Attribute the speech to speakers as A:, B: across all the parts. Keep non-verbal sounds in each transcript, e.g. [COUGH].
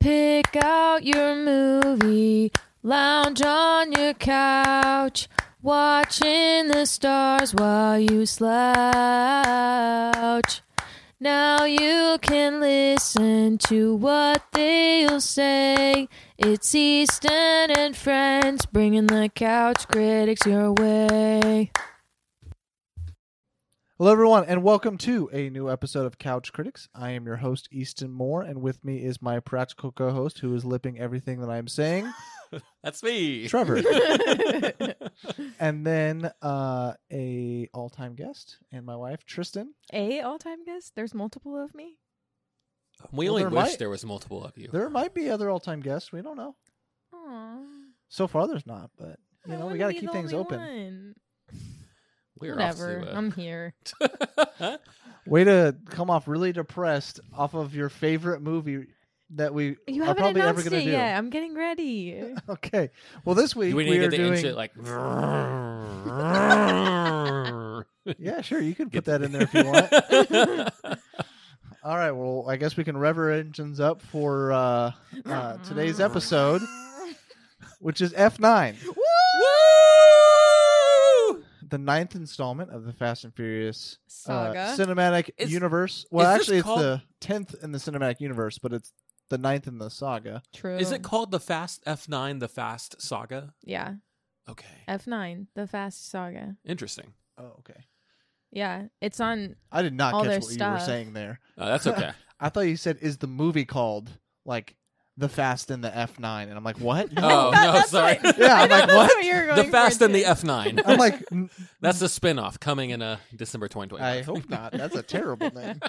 A: Pick out your movie, lounge on your couch, watching the stars while you slouch. Now you can listen to what they'll say. It's Easton and friends bringing the couch critics your way.
B: Hello, everyone, and welcome to a new episode of Couch Critics. I am your host, Easton Moore, and with me is my practical co host who is lipping everything that I'm saying,
C: [LAUGHS] That's me.
B: Trevor. and then uh, a all time guest and my wife, Tristan.
A: A all time guest? There's multiple of me?
C: [LAUGHS] We
B: Well,
C: only
B: there
C: wish
B: might-
C: there was multiple of you.
B: There might be other all time guests. We don't know.
A: Aww.
B: So far, there's not, but you know, we got to keep things open.
C: We're off to,
A: Whatever.
C: uh, [LAUGHS]
A: I'm here.
B: Way to come off really depressed off of your favorite movie that we [LAUGHS]
A: You
B: are
A: haven't
B: probably ever
A: announced
B: going to
A: it
B: do. Uh,
A: yet. I'm getting ready.
B: Okay. Well, this week
C: we
B: we,
C: need to
B: are
C: get the
B: doing.
C: engine
B: [LAUGHS]
C: like. Put
B: [LAUGHS] Yeah, sure. You can put that in there if you want.
C: [LAUGHS]
B: [LAUGHS] All right. Well, I guess we can rev our engines up for uh, uh, today's
C: [LAUGHS]
B: episode, which is F9,
C: Woo!
B: the ninth installment of the Fast and Furious uh,
A: Saga.
B: cinematic
C: Is-
B: universe. Well,
C: is this
B: actually, it's
C: called-
B: the tenth in the cinematic universe, but it's the ninth in the saga.
A: True.
C: Is it called the Fast F9, the Fast Saga?
A: Yeah.
C: Okay.
A: Uh, F9, the Fast Saga.
C: Interesting.
B: Oh, okay.
A: Yeah. It's on.
B: I did not
A: All
B: catch
A: their
B: what you were
A: stuff.
B: saying there.
C: Uh, that's okay.
B: I thought you said, "Is the movie called like the Fast and the F9?" And I'm like, "What?
C: Oh,
A: [LAUGHS] I
C: [LAUGHS] no,
A: thought that's
C: sorry.
A: what-
B: Yeah,
A: I [LAUGHS]
B: I'm like,
A: thought that's
B: what?
A: you were
C: the
A: going for,
C: Fast and the
A: too.
C: F9.
B: [LAUGHS] I'm like, "N-
C: that's the spin off coming in uh, December 2020.
B: I hope not. That's a terrible name.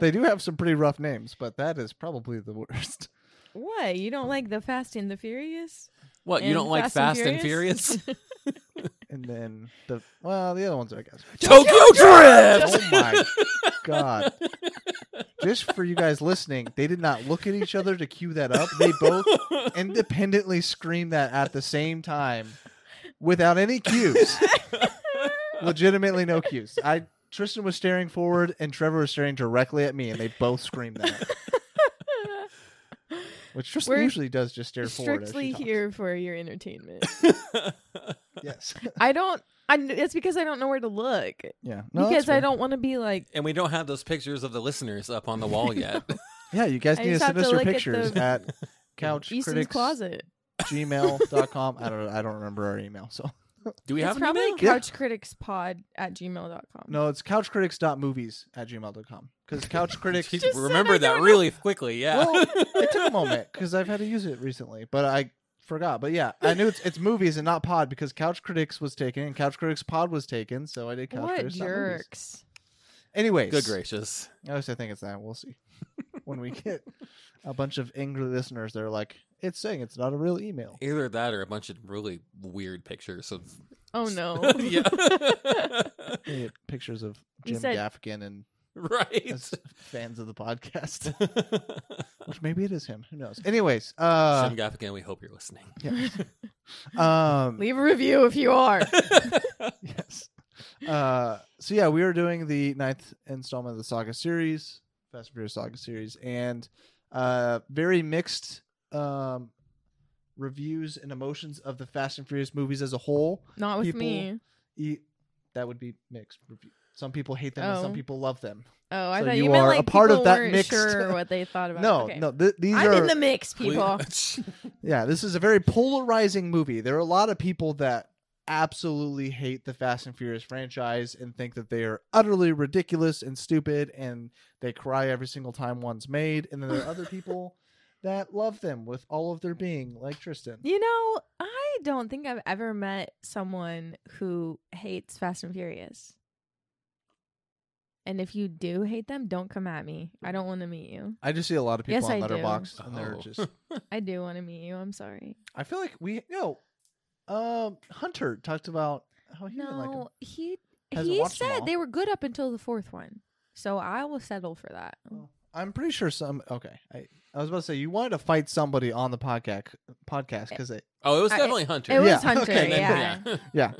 B: They do have some pretty rough names, but that is probably the worst.
A: What? You don't like the Fast and the Furious?
C: What, you
A: And
C: don't like Fast, and Furious?
A: [LAUGHS]
B: And then the well, the other ones I guess.
C: Tokyo Drift!
B: Oh my god! Just for you guys listening, they did not look at each other to cue that up. They both independently screamed that at the same time, without any cues. Legitimately, no cues. I Tristan was staring forward, and Trevor was staring directly at me, and they both screamed that. Which Tristan
A: We're
B: usually does, just stare forward. as she
A: Strictly
B: talks.
A: here for your entertainment.
B: Yes.
A: I don't. I, it's because I don't know where to look.
B: Yeah. No, that's
A: because I
B: fair.
A: don't want to be like.
C: and we don't have those pictures of the listeners up on the wall yet.
B: Yeah, you guys
A: I
B: need to
A: just
B: send
A: have
B: us
A: to
B: your
A: look at
B: pictures
A: the- [LAUGHS]
B: at couch
A: Easton's closet.
B: gmail.com. I don't know. I don't remember our email. So
C: Do we
A: it's
C: have an
A: probably
C: email?
B: Yeah.
A: couchcriticspod at gmail.com.
B: no, it's couchcritics.movies at gmail.com. Because couch critics
C: [LAUGHS] Jeez,
A: just said I
C: remember that
A: don't
C: really quickly, yeah.
B: Well, it took a moment because I've had to use it recently, but I forgot. But yeah, I knew it's, it's movies and not pod because Couch Critics was taken and Couch Critics Pod was taken, so I did Couch
A: What
B: Critics. not movies.
A: jerks?
B: Anyways,
C: [LAUGHS] Good gracious.
B: I always think it's that. We'll see [LAUGHS] when we get a bunch of angry listeners. They're like, "It's saying it's not a real email."
C: Either that or a bunch of really weird pictures of.
A: Oh no.
C: [LAUGHS] yeah.
B: [LAUGHS] They get pictures of
A: You
B: Jim
A: said-
B: Gaffigan
C: [LAUGHS]
B: and
C: right. [LAUGHS]
B: as fans of the podcast, which maybe it is him. Who knows? Anyways, uh,
C: Jim Gaffigan, we hope you're listening.
B: [LAUGHS]
A: [LAUGHS]
B: um,
A: Leave a review if you are.
B: [LAUGHS] yes. Uh, so yeah, we are doing the ninth installment of the Saga series, Fast and Furious Saga series, and uh, very mixed um reviews and emotions of the Fast and Furious movies as a whole.
A: Not with
B: People-
A: me.
B: E- that would be mixed. review. Some people hate them, and
A: Oh.
B: some people love them.
A: Oh, I
B: So
A: thought
B: you
A: you, meant
B: are
A: like
B: a part of
A: people
B: that
A: weren't
B: mixed- [LAUGHS]
A: sure what they thought about. it.
B: No,
A: Okay.
B: no, th- these
A: I'm
B: are
A: in the mix,
B: [LAUGHS]
A: people.
C: We- Oh,
B: Yeah, this is a very polarizing movie. There are a lot of people that absolutely hate the Fast and Furious franchise and think that they are utterly ridiculous and stupid and they cry every single time one's made. And then there are
A: [LAUGHS]
B: other people that love them with all of their being, like Tristan.
A: You know, I don't think I've ever met someone who hates Fast and Furious. And if you do hate them, don't come at me. I don't want to meet you.
B: I just see a lot of people
A: Yes,
B: on
A: I do.
B: Letterboxd and they're
C: Oh.
B: just
A: I do want to meet you. I'm sorry.
B: [LAUGHS] I feel like we no. Um Hunter talked about how he didn't like him.
A: No, he
B: Hasn't
A: he
B: watched them
A: said
B: all.
A: they were good up until the fourth one. So I will settle for that.
B: Oh. I'm pretty sure some okay. I, I was about to say you wanted to fight somebody on the podcast podcast because it
C: oh, it was
A: I-
C: definitely Hunter.
A: It was
B: Yeah,
A: Hunter,
B: okay, then,
A: yeah.
B: yeah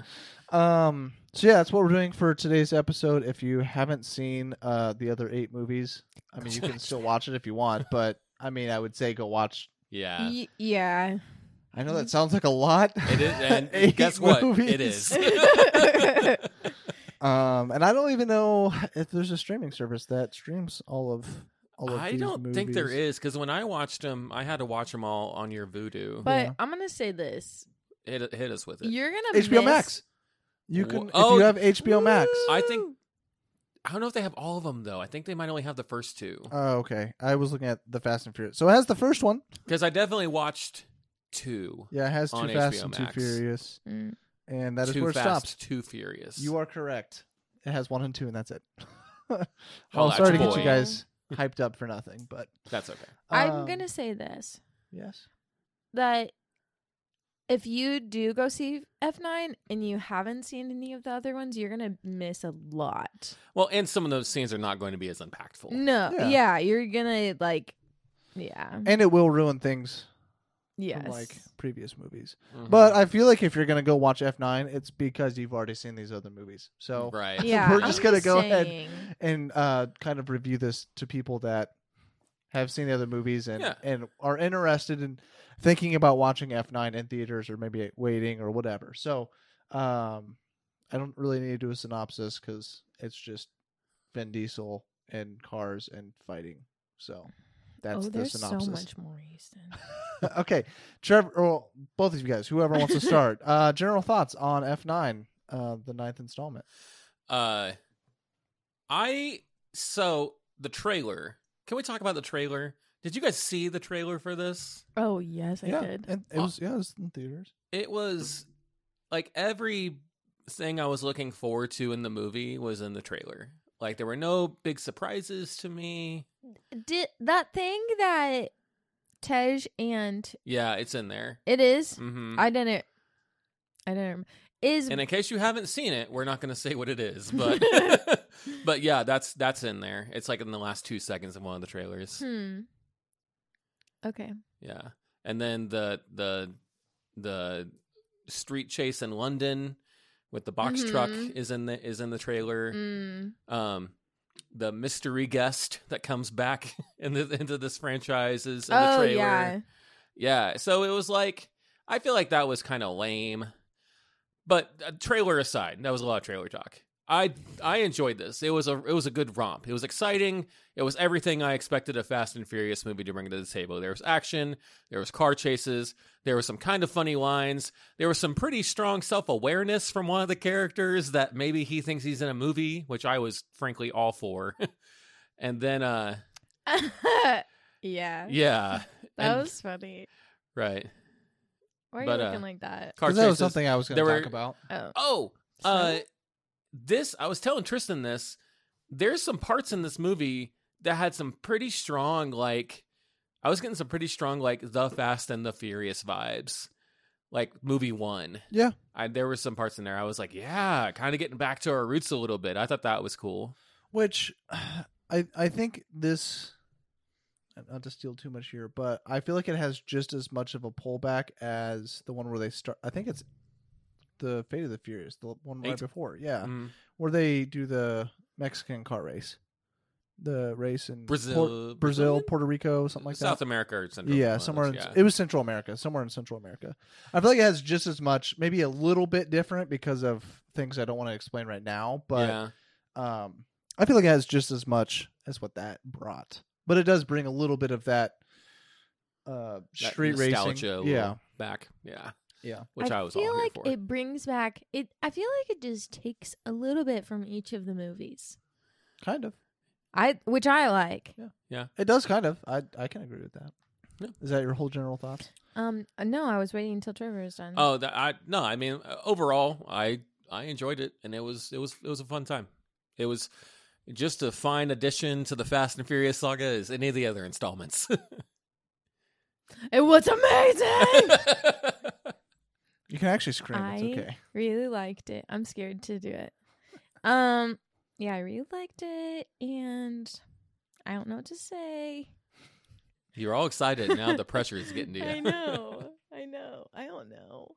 B: um so yeah that's what we're doing for today's episode
C: [LAUGHS]
B: if you haven't seen uh the other eight movies i mean you can still watch it if you want but I mean, I would say go watch.
C: Yeah. [LAUGHS]
A: Y- yeah.
B: I know that sounds like a lot.
C: Mm.
B: [LAUGHS]
C: It is, and
B: Eight
C: guess what? It
B: movies.
C: is.
B: [LAUGHS]
A: [LAUGHS]
B: Um, and I don't even know if there's a streaming service that streams all of all of
C: I
B: these
C: don't think there
B: movies.
C: is because when I watched them, I had to watch them all on your Voodoo.
A: But
B: Yeah.
A: I'm gonna say this:
C: Hit, hit us with it.
A: you're gonna
B: HBO
A: miss-
B: Max. You
C: Wh-
B: can
C: oh,
B: if you have HBO Max.
C: I think- I don't know if they have all of them though. I think they might only have the first two
B: Oh, okay. I was looking at the Fast and Furious. So it has the first one.
C: because I definitely watched two.
B: Yeah, it has two
C: On
B: Fast
C: HBO
B: and
C: Max.
B: two Furious,
A: Mm.
B: and that is
C: too
B: where it
C: fast,
B: stops.
C: too furious.
B: You are correct. It has one and two, and that's it. [LAUGHS] well, I'm
C: Holla at
B: sorry to
C: your
B: get you
C: boy.
B: guys hyped up for nothing, but
C: That's okay.
A: [LAUGHS] I'm
B: um,
A: gonna say this:
B: yes.
A: that if you do go see F9 and you haven't seen any of the other ones, you're gonna miss a lot.
C: Well, and some of those scenes are not going to be as impactful.
A: No,
B: Yeah.
A: yeah, you're gonna like, yeah,
B: And it will ruin things
A: yes,
B: from like previous movies.
C: Mhm.
B: But I feel like if you're gonna go watch F9, it's because you've already seen these other movies. So
C: right.
A: yeah.
B: We're just
A: I'm
B: gonna go ahead.
A: saying.
B: and uh, kind of review this to people that have seen the other movies and
C: Yeah.
B: and are interested in thinking about watching F9 in theaters or maybe waiting or whatever. So um, I don't really need to do a synopsis because it's just Vin Diesel and cars and fighting. So that's
A: oh,
B: the
A: there's
B: synopsis.
A: so much more Easton.
B: [LAUGHS] okay, Trevor, or both of you guys, whoever wants
A: [LAUGHS]
B: to start, uh, general thoughts on F9, uh, the ninth installment.
C: Uh, I so the trailer. Can we talk about the trailer? Did you guys see the trailer for this?
A: Oh yes, I
B: yeah,
A: did.
B: and it was yeah, it was in theaters.
C: It was like every thing I was looking forward to in the movie was in the trailer. Like there were no big surprises to me.
A: Did that thing that Tej and
C: Yeah, it's in there.
A: it is-
C: Mm-hmm.
A: I didn't. I didn't. Is
C: and in case you haven't seen it, we're not going to say what it is, but
B: [LAUGHS]
C: [LAUGHS] but yeah, that's that's in there. It's like in the last two seconds of one of the trailers.
A: hmm. Okay.
C: Yeah, and then the the the street chase in London with the box truck
A: Mhm.
C: is in the is in the trailer.
A: Mm.
C: um the mystery guest that comes back [LAUGHS] in the, into this franchise is in the
A: Oh
C: trailer.
A: yeah. [LAUGHS]
C: Yeah, So it was like I feel like that was kind of lame. But uh, trailer aside, that was a lot of trailer talk. I I enjoyed this. It was a it was a good romp. It was exciting. It was everything I expected a Fast and Furious movie to bring to the table. There was action, there was car chases, there was some kind of funny lines, there was some pretty strong self-awareness from one of the characters that maybe he thinks he's in a movie, which I was frankly all for. [LAUGHS] and then uh
A: yeah.
C: yeah.
A: That
C: and-
A: was funny.
C: right.
A: Why are
C: but,
A: you
C: uh,
A: looking like that?
C: Car
B: 'Cause that was
C: chases.
B: something I was going
C: there
B: to
C: were-
B: talk about.
A: Oh.
C: Oh,
A: So?
C: uh, this I was telling Tristan this. There's some parts in this movie that had some pretty strong, like I was getting some pretty strong, like the Fast and the Furious vibes, like movie one.
B: Yeah.
C: I, there were some parts in there I was like, yeah, kind of getting back to our roots a little bit. I thought that was cool.
B: Which [SIGHS] I I think this not to steal too much here, but I feel like it has just as much of a pullback as the one where they start. I think it's the Fate of the Furious, the one right
C: Eight.
B: before. Yeah,
C: Mm.
B: where they do the Mexican car race, the race in
C: Brazil,
B: Port- Brazil,
C: Brazilian?
B: Puerto Rico, something like that.
C: South America, or Central
B: yeah,
C: America,
B: somewhere. In,
C: yeah.
B: It was Central America, somewhere in Central America. I feel like it has just as much, maybe a little bit different because of things I don't want to explain right now. But
C: yeah,
B: um, I feel like it has just as much as what that brought. But it does bring a little bit of that uh,
C: that
B: street
C: nostalgia, a
B: racing.
C: little
B: Yeah,
C: back, yeah,
B: yeah.
C: which I, was all
A: feel
C: here
A: like
C: for.
A: it brings back it. I feel like it just takes a little bit from each of the movies.
B: Kind of.
A: I which I like.
B: It does kind of. I I can agree with that. Is
C: Yeah.
B: that your whole general thoughts?
A: Um, no, I was waiting until Trevor was done.
C: Oh, that, I no, I mean uh, overall, I I enjoyed it, and it was it was it was a fun time. It was just a fine addition to the Fast and Furious saga as any of the other installments. [LAUGHS]
A: it was amazing.
C: [LAUGHS]
A: [LAUGHS]
B: You can actually scream. It's
A: I-
B: okay.
A: really liked it. I'm scared to do it. Um, yeah, I really liked it, and I don't know what to say.
C: You're all excited now. The pressure is getting to
A: [LAUGHS]
C: you.
A: I
C: [LAUGHS]
A: know. I know. I don't know.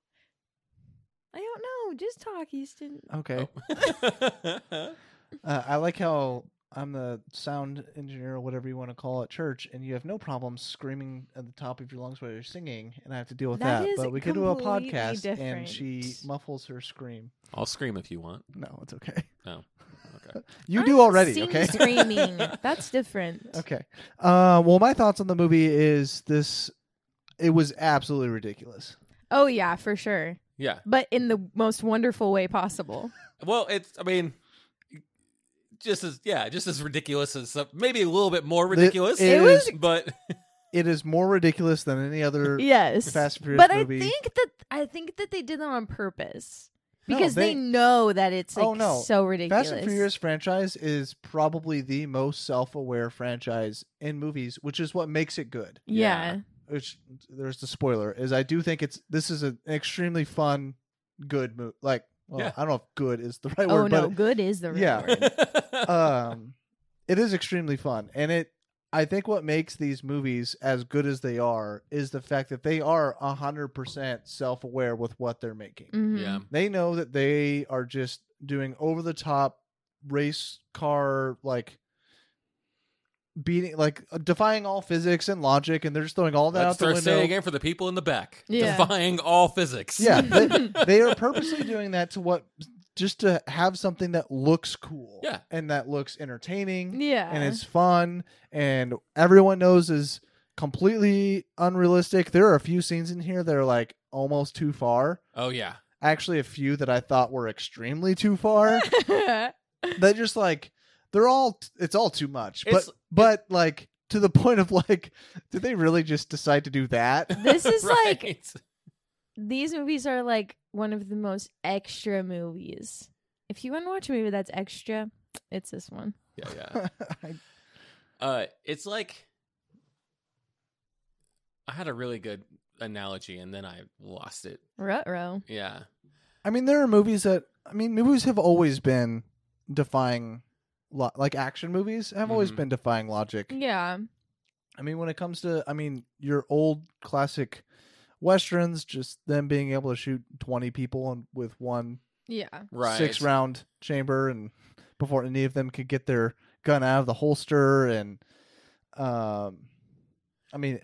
A: I
B: Uh,
A: don't know. Just talk, Easton.
B: Okay.
C: Oh.
B: Uh, I like how I'm the sound engineer or whatever you want to call it church, and you have no problem screaming at the top of your lungs while you're singing, and I have to deal with
A: That
B: that.
A: is
B: but we could do a
A: completely
B: podcast,
A: different.
B: and she muffles her scream.
C: I'll scream if you want.
B: No, it's okay. [LAUGHS]
C: Okay.
B: You
A: I
B: do already,
A: sing
B: okay?
A: Screaming. That's different.
B: [LAUGHS] Okay. Uh, well, my thoughts on the movie is this: it was absolutely ridiculous.
A: Oh yeah, for sure.
C: Yeah.
A: But in the most wonderful way possible.
C: Well, it's. I mean, just as yeah, just as ridiculous as some, maybe a little bit more ridiculous.
B: it
A: It was-
C: but [LAUGHS]
B: It is more ridiculous than any other
A: Yes.
B: Fast and Furious
A: But I
B: movie.
A: think that I think that they did that on purpose
B: No,
A: because they,
B: they-
A: know that it's like
B: Oh, no.
A: so ridiculous.
B: Fast and Furious franchise is probably the most self-aware franchise in movies, which is what makes it good.
A: Yeah.
C: Yeah.
B: Which there's the spoiler is I do think it's this is an extremely fun, good movie. Like well,
C: Yeah.
B: I don't know if "good" is the right
A: Oh
B: word,
A: no,
B: but
A: good is the right
C: [LAUGHS]
B: yeah.
A: word.
B: um, it is extremely fun, and it. I think what makes these movies as good as they are is the fact that they are hundred percent self-aware with what they're making.
A: Mhm.
C: [LAUGHS] yeah,
B: They know that they are just doing over the top race car like beating like uh, defying all physics and logic and they're just throwing all that
C: let's
B: out the
C: start
B: window.
C: saying again for the people in the back,
A: Yeah.
C: defying all physics.
B: Yeah, they, they are purposely doing that to what just to have something that looks cool.
C: Yeah.
B: And that looks
A: [LAUGHS]
B: entertaining
A: Yeah.
B: and it's fun and everyone knows is completely unrealistic. There are a few scenes in here that are like almost too far.
C: [LAUGHS] Oh yeah.
B: Actually a few that I thought were extremely too far.
A: [LAUGHS]
B: they're just like they're all it's all too much but
C: It's-
B: but like to the [LAUGHS] point of like did they really just decide to do that [LAUGHS]
A: This is like-
C: [LAUGHS] Right.
A: These movies are like one of the most extra movies. If you want to watch a movie that's extra, it's this one.
C: yeah, yeah.
B: I-
C: Uh, it's like I had a really good analogy and then I lost it.
A: Ruh-roh.
C: Yeah.
B: i mean there are movies that i mean movies have always been defying lo- like action movies have always
C: Mhm.
B: been defying logic
A: Yeah.
B: i mean when it comes to i mean your old classic westerns just them being able to shoot 20 people and with one
A: Yeah.
C: Right.
B: six round chamber and before any of them could get their gun out of the holster and um i mean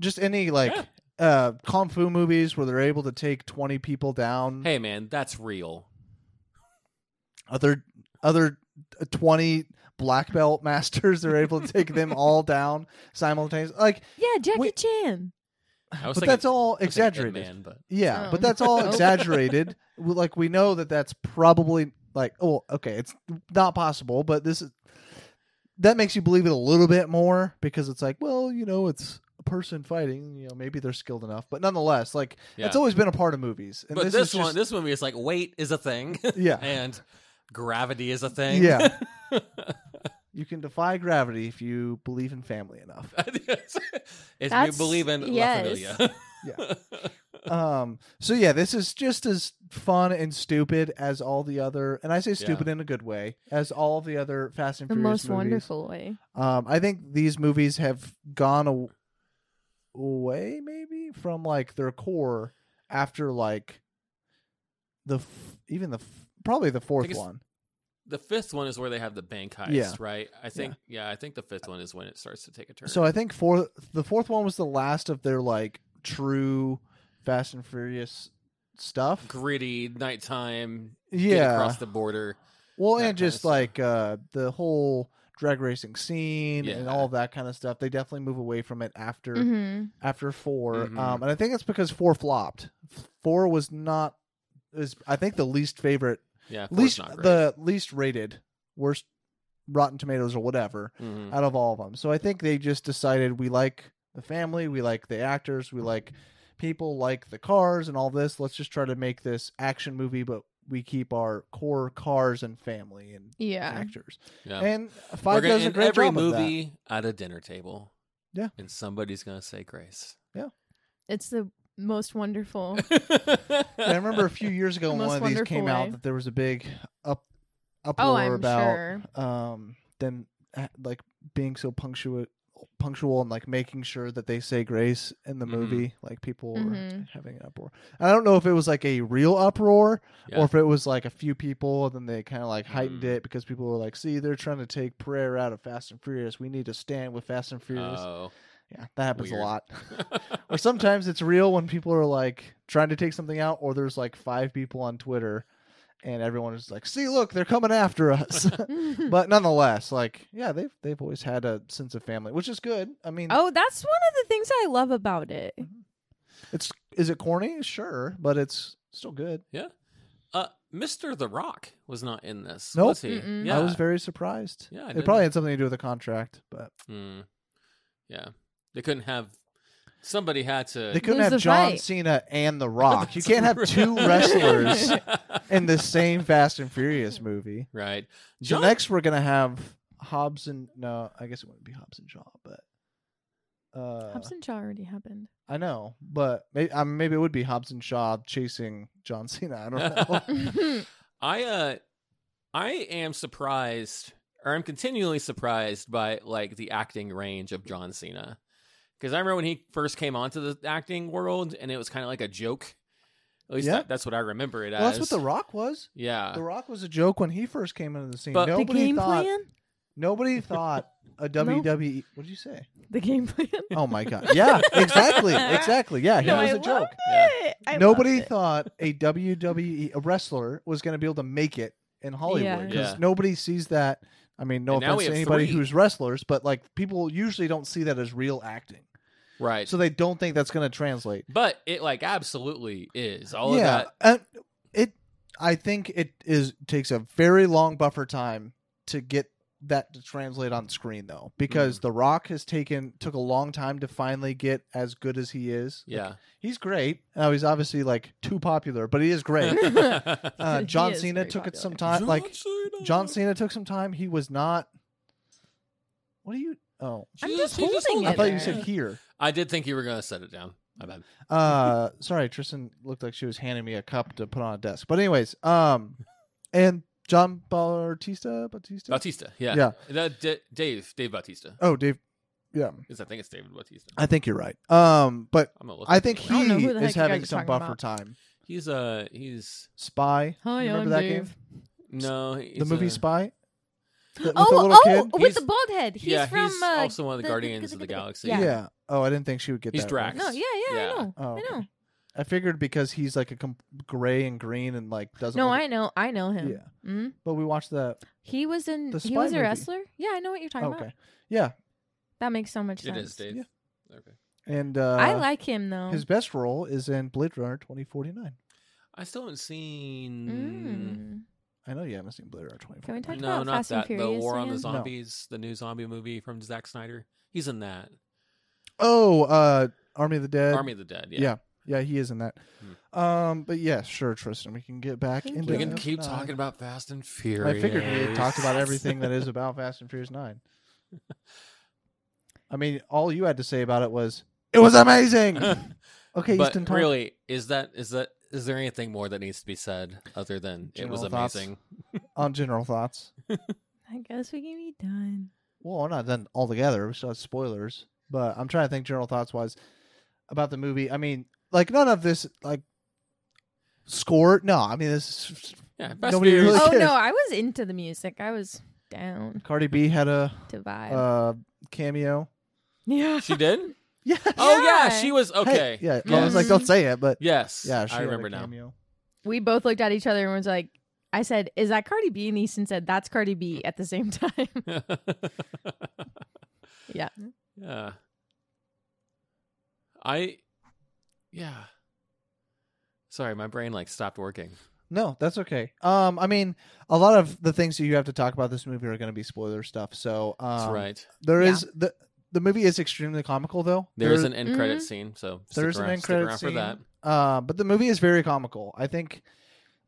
B: just any like
C: Yeah.
B: uh kung fu movies where they're able to take 20 people down
C: Hey man, that's real.
B: other other 20 black belt [LAUGHS] masters they're able to take them all down simultaneously like
A: Yeah, Jackie
B: Wait-
A: Chan.
B: [LAUGHS]
C: I
B: but
C: was thinking-
B: that's all
C: I was thinking Ip
B: exaggerated
C: Man, but
B: Yeah,
A: Oh.
B: but that's all
A: [LAUGHS] Oh.
B: exaggerated. We- like we know that that's probably like oh okay, it's not possible, but this is that makes you believe it a little bit more because it's like well you know it's a person fighting you know maybe they're skilled enough, but nonetheless like
C: Yeah.
B: it's always been a part of movies. And
C: but
B: this,
C: this,
B: is
C: one,
B: just,
C: this movie is like weight is
B: [LAUGHS]
C: a thing, [LAUGHS]
B: yeah,
C: and gravity is a thing. [LAUGHS]
B: Yeah. you can defy gravity if you believe in family enough.
C: it's we
A: That's-
C: believe in
A: yes.
C: [LAUGHS] yes.
B: Yeah. um so yeah this is just as fun and stupid as all the other and i say stupid in a good way as all the other fast and
A: The
B: furious
A: most
B: movies.
A: wonderful way.
B: um i think these movies have gone aw- away maybe from like their core after like the f- even the f- probably the fourth
C: it's-
B: one
C: the fifth one is where they have the bank heist,
B: Yeah.
C: right? I think yeah. I think the fifth one is when it starts to take a turn.
B: so i think fourth the fourth one was the last of their like true fast and furious stuff
C: gritty nighttime,
B: yeah
C: get across the border.
B: Well,
C: that
B: and
C: kinda
B: just
C: stuff.
B: like uh, the whole drag racing scene and
C: Yeah.
B: all that kind of stuff, they definitely move away from it after
A: Mm-hmm.
B: after 4
C: Mhm.
B: Um, and I think it's because four flopped. Four was not is I think the least favorite,
C: Yeah, four's
B: least
C: not great.
B: the least rated, worst Rotten Tomatoes or whatever
C: Mhm.
B: out of all of them. So I think they just decided we like the family, we like the actors, we like people like the cars and all this. Let's just try to make this action movie, but we keep our core cars and family and
A: Yeah.
B: actors.
C: Yeah.
B: And
C: We're
B: Five
C: gonna
B: does a
C: end
B: great
C: every
B: job of that.
C: movie at a dinner table.
B: Yeah.
C: and somebody's gonna say grace.
A: It's the most
B: [LAUGHS]
A: wonderful.
B: And I
C: [LAUGHS]
B: remember a few years ago
A: [LAUGHS] The
B: when
A: most
B: one of these
A: wonderful
B: came out
A: way.
B: that there was a big up uproar
A: oh, I'm
B: about
A: sure.
B: um them uh, like being so punctual punctual and like making sure that they say grace in the
C: Mhm.
B: movie. Like people were
A: Mhm.
B: having an uproar. And I don't know if it was like a real uproar
C: Yeah.
B: or if it was like a few people and then they kind of like heightened
C: Mm.
B: it because people were like, "See, they're trying to take prayer out of Fast and Furious. We need to stand with Fast and Furious."
C: Oh. [LAUGHS]
B: yeah, that happens
C: weird.
B: a lot. or sometimes it's real when people are like trying to take something out or there's like five people on Twitter and everyone is like, "See, look, they're coming after
C: [LAUGHS]
B: us." [LAUGHS] but nonetheless, like, yeah, they've they've always had a sense of family, which is good. I mean,
A: oh, that's one of the things I love about it.
B: Uh-huh. it's is it corny? Sure, but it's still good.
C: Uh, Mr. The Rock was not in this.
B: Nope.
C: Was he?
A: Mm-mm.
C: Yeah.
B: I was very surprised.
C: Yeah, I
B: it
C: didn't-
B: probably had something to do with the contract, but
C: Hmm. Yeah. They couldn't have. Somebody had to.
B: they couldn't
A: Lose
B: have
A: the
B: John
A: fight.
B: Cena and The Rock. You
C: [LAUGHS]
B: can't have two wrestlers in the same Fast and Furious movie. [LAUGHS]
C: right.
B: So
C: John,
B: next we're gonna have Hobbs and no, I guess it wouldn't be Hobbs and Shaw, but uh,
A: Hobbs and Shaw already [LAUGHS] happened.
B: I know, but maybe, um, maybe it would be Hobbs and Shaw chasing John [LAUGHS] Cena. I
A: [LAUGHS]
B: don't know.
C: [LAUGHS] I uh I am surprised or I'm continually surprised by like the acting range of John Cena. Cuz I remember when he first came onto the acting world and it was kind of like a joke. At least
B: Yeah.
C: that, that's what I remember it
B: well,
C: as.
B: that's what The Rock was.
C: Yeah.
B: The Rock was a joke when he first came into the scene.
C: But- The
A: the
B: nobody
A: game
B: thought.
A: plan?
B: Nobody thought
A: [LAUGHS]
B: a WWE. What did you say?
A: The game plan.
B: Oh my god! Yeah,
A: [LAUGHS]
B: exactly, exactly. Yeah, he
A: No,
B: was
A: I
B: a joke.
A: loved
C: Yeah.
A: it. [LAUGHS] I loved
B: nobody
A: it.
B: thought a WWE a wrestler was going to be able to make it in
A: Yeah.
B: Hollywood because
C: Yeah.
B: nobody sees that. I mean, no
C: And now
B: offense to
C: we have
B: anybody
C: three.
B: who's wrestlers, but like people usually don't see that as real acting,
C: Right.
B: so they don't think that's going to translate.
C: but it like absolutely is. All
B: yeah,
C: of that.
B: and it. I think it is takes a very long buffer time to get that to translate on screen though,
C: Mm.
B: because The Rock has taken took a long time to finally get as good as he is.
C: Yeah.
B: He's great. Now he's obviously like too popular, but he is
C: [LAUGHS]
B: great. uh,
A: He
B: John
A: is
B: Cena
A: very
B: took it
A: popular.
B: some time. like
C: Cena.
B: John Cena took some time. He was not. What are you? Oh,
A: I'm
C: Jesus,
A: just
C: he just
A: holding
C: holds
B: I
A: it.
B: thought you
A: there.
B: said here.
C: I did think you were going to set it down. My bad.
B: Uh, [LAUGHS] sorry, Tristan looked like she was handing me a cup to put on a desk. But anyways, um, and John Bautista, Bautista.
C: Bautista. Yeah.
B: Yeah.
C: That- D- Dave Dave Bautista.
B: Oh, Dave. Yeah,
C: Is I think it's David Bautista.
B: I think you're right. Um, but
C: I'm gonna look
B: I
C: up
B: think
C: the
B: he
C: name.
A: I don't know who the heck you guys
B: is having
A: are
B: some
A: talking
B: buffer
A: about.
B: time.
C: he's uh he's
B: Spy.
A: Hi,
B: Remember
A: I'm
B: that
A: Dave.
B: game?
C: no
B: The
C: he's uh,
B: movie
C: a-
B: Spy. Th- with the
A: [GASPS] Oh,
B: little
A: oh,
B: kid.
A: with
C: He's-
A: the bald head. He's
C: yeah,
A: from
C: he's
A: uh,
C: also one of the Guardians of the Galaxy.
A: Yeah.
B: Yeah. Oh, I didn't think she would get
C: He's
B: that.
C: Drax.
B: right.
A: No, yeah, yeah,
C: Yeah.
A: I know.
B: Oh,
A: I know.
B: I figured because he's like a com- gray and green and like doesn't.
A: No,
B: look-
A: I know. I know him.
B: Yeah.
A: Mhm.
B: But we watched that.
A: He was in.
B: The
A: He
B: spy
A: was a
B: movie.
A: wrestler. Yeah, I know what you're talking
B: okay.
A: about.
B: Yeah,
A: That makes so much
C: It
A: sense.
C: is Dave.
B: Yeah.
C: Okay.
B: and uh,
A: I like him though.
B: his best role is in Blade Runner 2049.
C: I still haven't seen.
A: Mm.
B: I know you haven't seen Blade Runner 2049.
A: Can we talk
C: No,
A: about
C: not
A: Fast and
C: that. The
A: Furious
C: War on the
A: again?
B: No.
C: Zombies, the new zombie movie from Zack Snyder. He's in that.
B: Oh, uh, Army of the Dead.
C: Army of the Dead. Yeah.
B: yeah. Yeah, he is in that. Um, but yeah, sure, Tristan. We can get back
A: Thank
B: into.
C: We can
A: Yeah.
C: keep
B: nine.
C: talking about Fast and Furious.
B: I figured we had talked about everything
C: [LAUGHS]
B: that is about Fast and Furious Nine. I mean, all you had to say about it was it was amazing.
C: [LAUGHS]
B: Okay,
C: but
B: Easton, talk-
C: really, is that is that is there anything more that needs to be said other than it was
B: General thoughts?
C: amazing?
B: on general thoughts.
A: I guess we can be
B: [LAUGHS]
A: done.
B: Well, we're not done altogether. We still have spoilers, but I'm trying to think general thoughts wise about the movie. I mean, like none of this like score. No, I mean this. Is,
C: Yeah, Fast
B: Nobody
C: Furious.
B: really-
A: Oh
B: cares?
A: no, I was into the music. I was down
B: Cardi B had a
A: to vibe.
B: uh, cameo. [LAUGHS]
A: yeah.
C: She did.
B: Yeah.
C: Oh yeah,
A: Yeah.
C: she was okay.
B: Hey, yeah. I
C: Yes.
B: was like, don't say it, but
C: Yes.
B: yeah, she
C: I
B: had a
C: remember now.
B: cameo.
A: We both looked at each other and was like, "I said, is that Cardi B?" And Easton said, "That's Cardi B." At the same [LAUGHS] time, Yeah.
C: [LAUGHS] Yeah. I yeah. Sorry, my brain like stopped working.
B: No, that's okay. Um, I mean, a lot of the things that you have to talk about this movie are going to be spoiler stuff. So, um,
C: That's right.
B: There
A: Yeah.
B: is the the movie is extremely comical though.
C: There is an end credit
A: Mhm.
C: scene, so stick
B: there's an
C: around-
B: end
C: stick
B: credit
C: around
B: scene.
C: for that.
B: Uh, but the movie is very comical. I think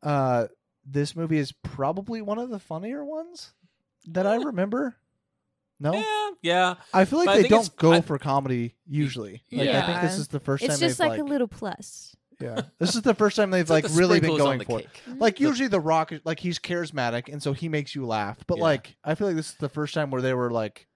B: uh, this movie is probably one of the funnier ones that I remember. No,
C: Yeah, yeah.
B: I feel like
C: Eh, but I
B: they
C: think it's-
B: don't go
C: I-
B: for comedy usually. Like, I think
C: Yeah.
B: this is the first
A: it's
B: time
A: just
B: they've
A: like, a little plus.
B: yeah. This is the first time they've
C: [LAUGHS] It's
B: like,
C: the
B: really been
C: sprinkles on
B: going
C: the
B: for it.
C: cake.
B: Like
C: The-
B: usually the Rock, is- like he's charismatic, and so he makes you laugh. But
C: Yeah.
B: like I feel like this is the first time where they were like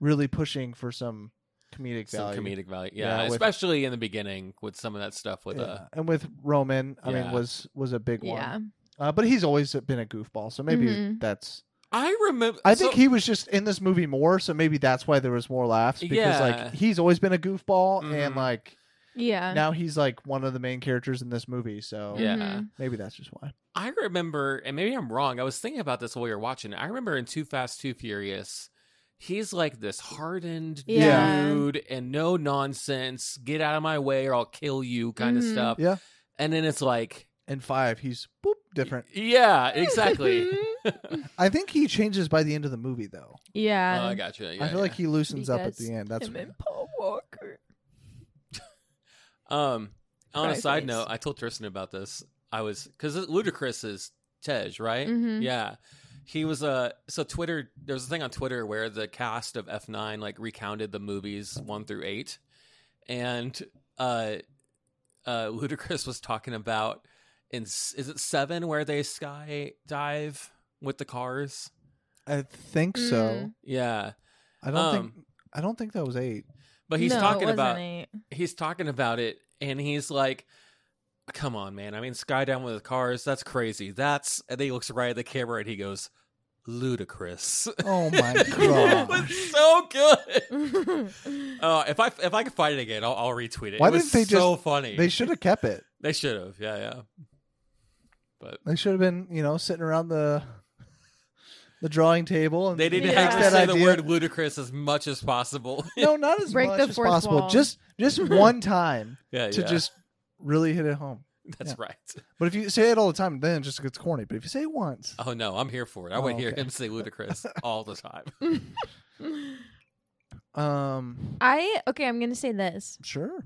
B: really pushing for some comedic
C: Some
B: value.
C: comedic value. Yeah,
B: Yeah, with-
C: especially in the beginning with some of that stuff with
B: Yeah.
C: uh
B: and with Roman, I
C: Yeah.
B: mean, was was a big
A: Yeah.
B: one. Uh, but he's always been a goofball, so maybe
A: Mhm.
B: that's.
C: I remember
B: I think he was just in this movie more, so maybe that's why there was more laughs because
C: Yeah.
B: like he's always been a goofball,
C: Mhm.
B: and like
A: Yeah.
B: now he's like one of the main characters in this movie, so
C: Yeah.
A: Mhm.
B: maybe that's just why.
C: I remember, and maybe I'm wrong. I was thinking about this while you're watching. it. I remember in Too Fast, Too Furious, he's like this hardened
A: Yeah.
C: dude and no nonsense, get out of my way or I'll kill you kind of
A: Mhm.
C: stuff.
B: Yeah.
C: And then it's like,
B: And five, he's boop different.
C: yeah, exactly. [LAUGHS]
B: I think he changes by the end of the movie, though.
C: oh,
A: [LAUGHS] yeah.
C: I got you.
B: I feel like he loosens up at
A: Because
B: the end. That's
A: Him
B: what-
A: and Paul Walker.
C: Um, on a
A: Cry
C: side
A: face.
C: note, I told Tristan about this. I was because Ludacris is Tej, right?
A: Mhm.
C: Eh? Yeah, he was Uh, so Twitter, there was a thing on Twitter where the cast of F nine like recounted the movies one through eight, and uh, uh, Ludacris was talking about in s- is it seven where they sky dive with the cars?
B: I think so.
A: Mm.
C: Yeah,
B: I don't
C: Um,
B: think I don't think that was
C: [LAUGHS]
B: eight.
C: but he's
A: No, it
C: talking
A: wasn't
C: about
A: eight.
C: he's talking about it and he's like come on man i mean skydown with the cars that's crazy that's and then he looks right at the camera and he goes ludicrous
B: Oh my
C: [LAUGHS] it
B: god!
C: was so good uh, if i if i could find it again i'll, I'll retweet it
B: Why
C: it was
B: didn't they
C: so
B: just-
C: funny
B: They should have kept it.
C: they should have yeah yeah but
B: They should have been, you know, sitting around the the drawing table and
C: they didn't
A: Yeah.
C: have to
B: Takes
C: say
B: that
C: the
B: idea-
C: word ludicrous as much as possible [LAUGHS]
B: No, not as
A: Break
B: much
A: the
B: as
A: fourth
B: possible.
A: wall.
B: Just just one time
C: yeah
B: to
C: yeah,
B: just really hit it home.
C: that's
B: yeah.
C: right
B: But if you say it all the time, then it just gets corny. But if you say it once,
C: oh no i'm here for it i
B: Oh,
C: would hear
B: okay.
C: him
B: [LAUGHS]
C: say ludicrous all the time
B: um,
A: [LAUGHS] I okay. I'm gonna say this.
B: sure,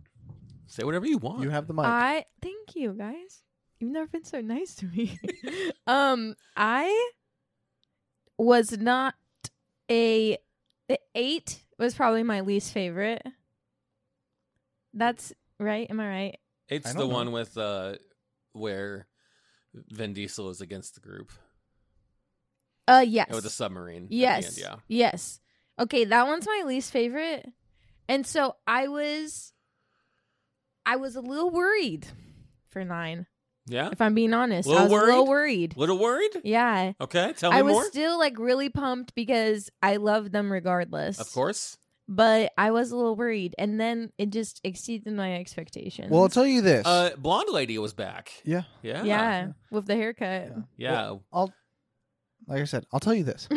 C: say whatever you want
B: you have the mic.
A: I thank you guys. You've never been so nice to me. [LAUGHS] um, I was not a the eight was probably my least favorite. That's right. Am I right?
C: It's
B: I
C: the
B: don't know.
C: one with uh where Vin Diesel is against the group
A: Uh, yes.
C: and with the submarine. at the
A: Yes.
C: end, yeah.
A: Yes. Okay, that one's my least favorite. And so I was I was a little worried for 9,
C: Yeah.
A: if I'm being honest.
C: Little
A: I was a little worried.
C: Little worried?
A: Yeah.
C: Okay, tell me
A: I was
C: more.
A: still like really pumped because I love them regardless.
C: Of course.
A: But I was a little worried and then it just exceeded my expectations.
B: well, I'll tell you this.
C: Uh blonde lady was back.
B: yeah,
C: Yeah.
A: yeah, with the haircut.
C: Yeah.
B: I'll like I said, I'll tell
A: [LAUGHS]
B: you this.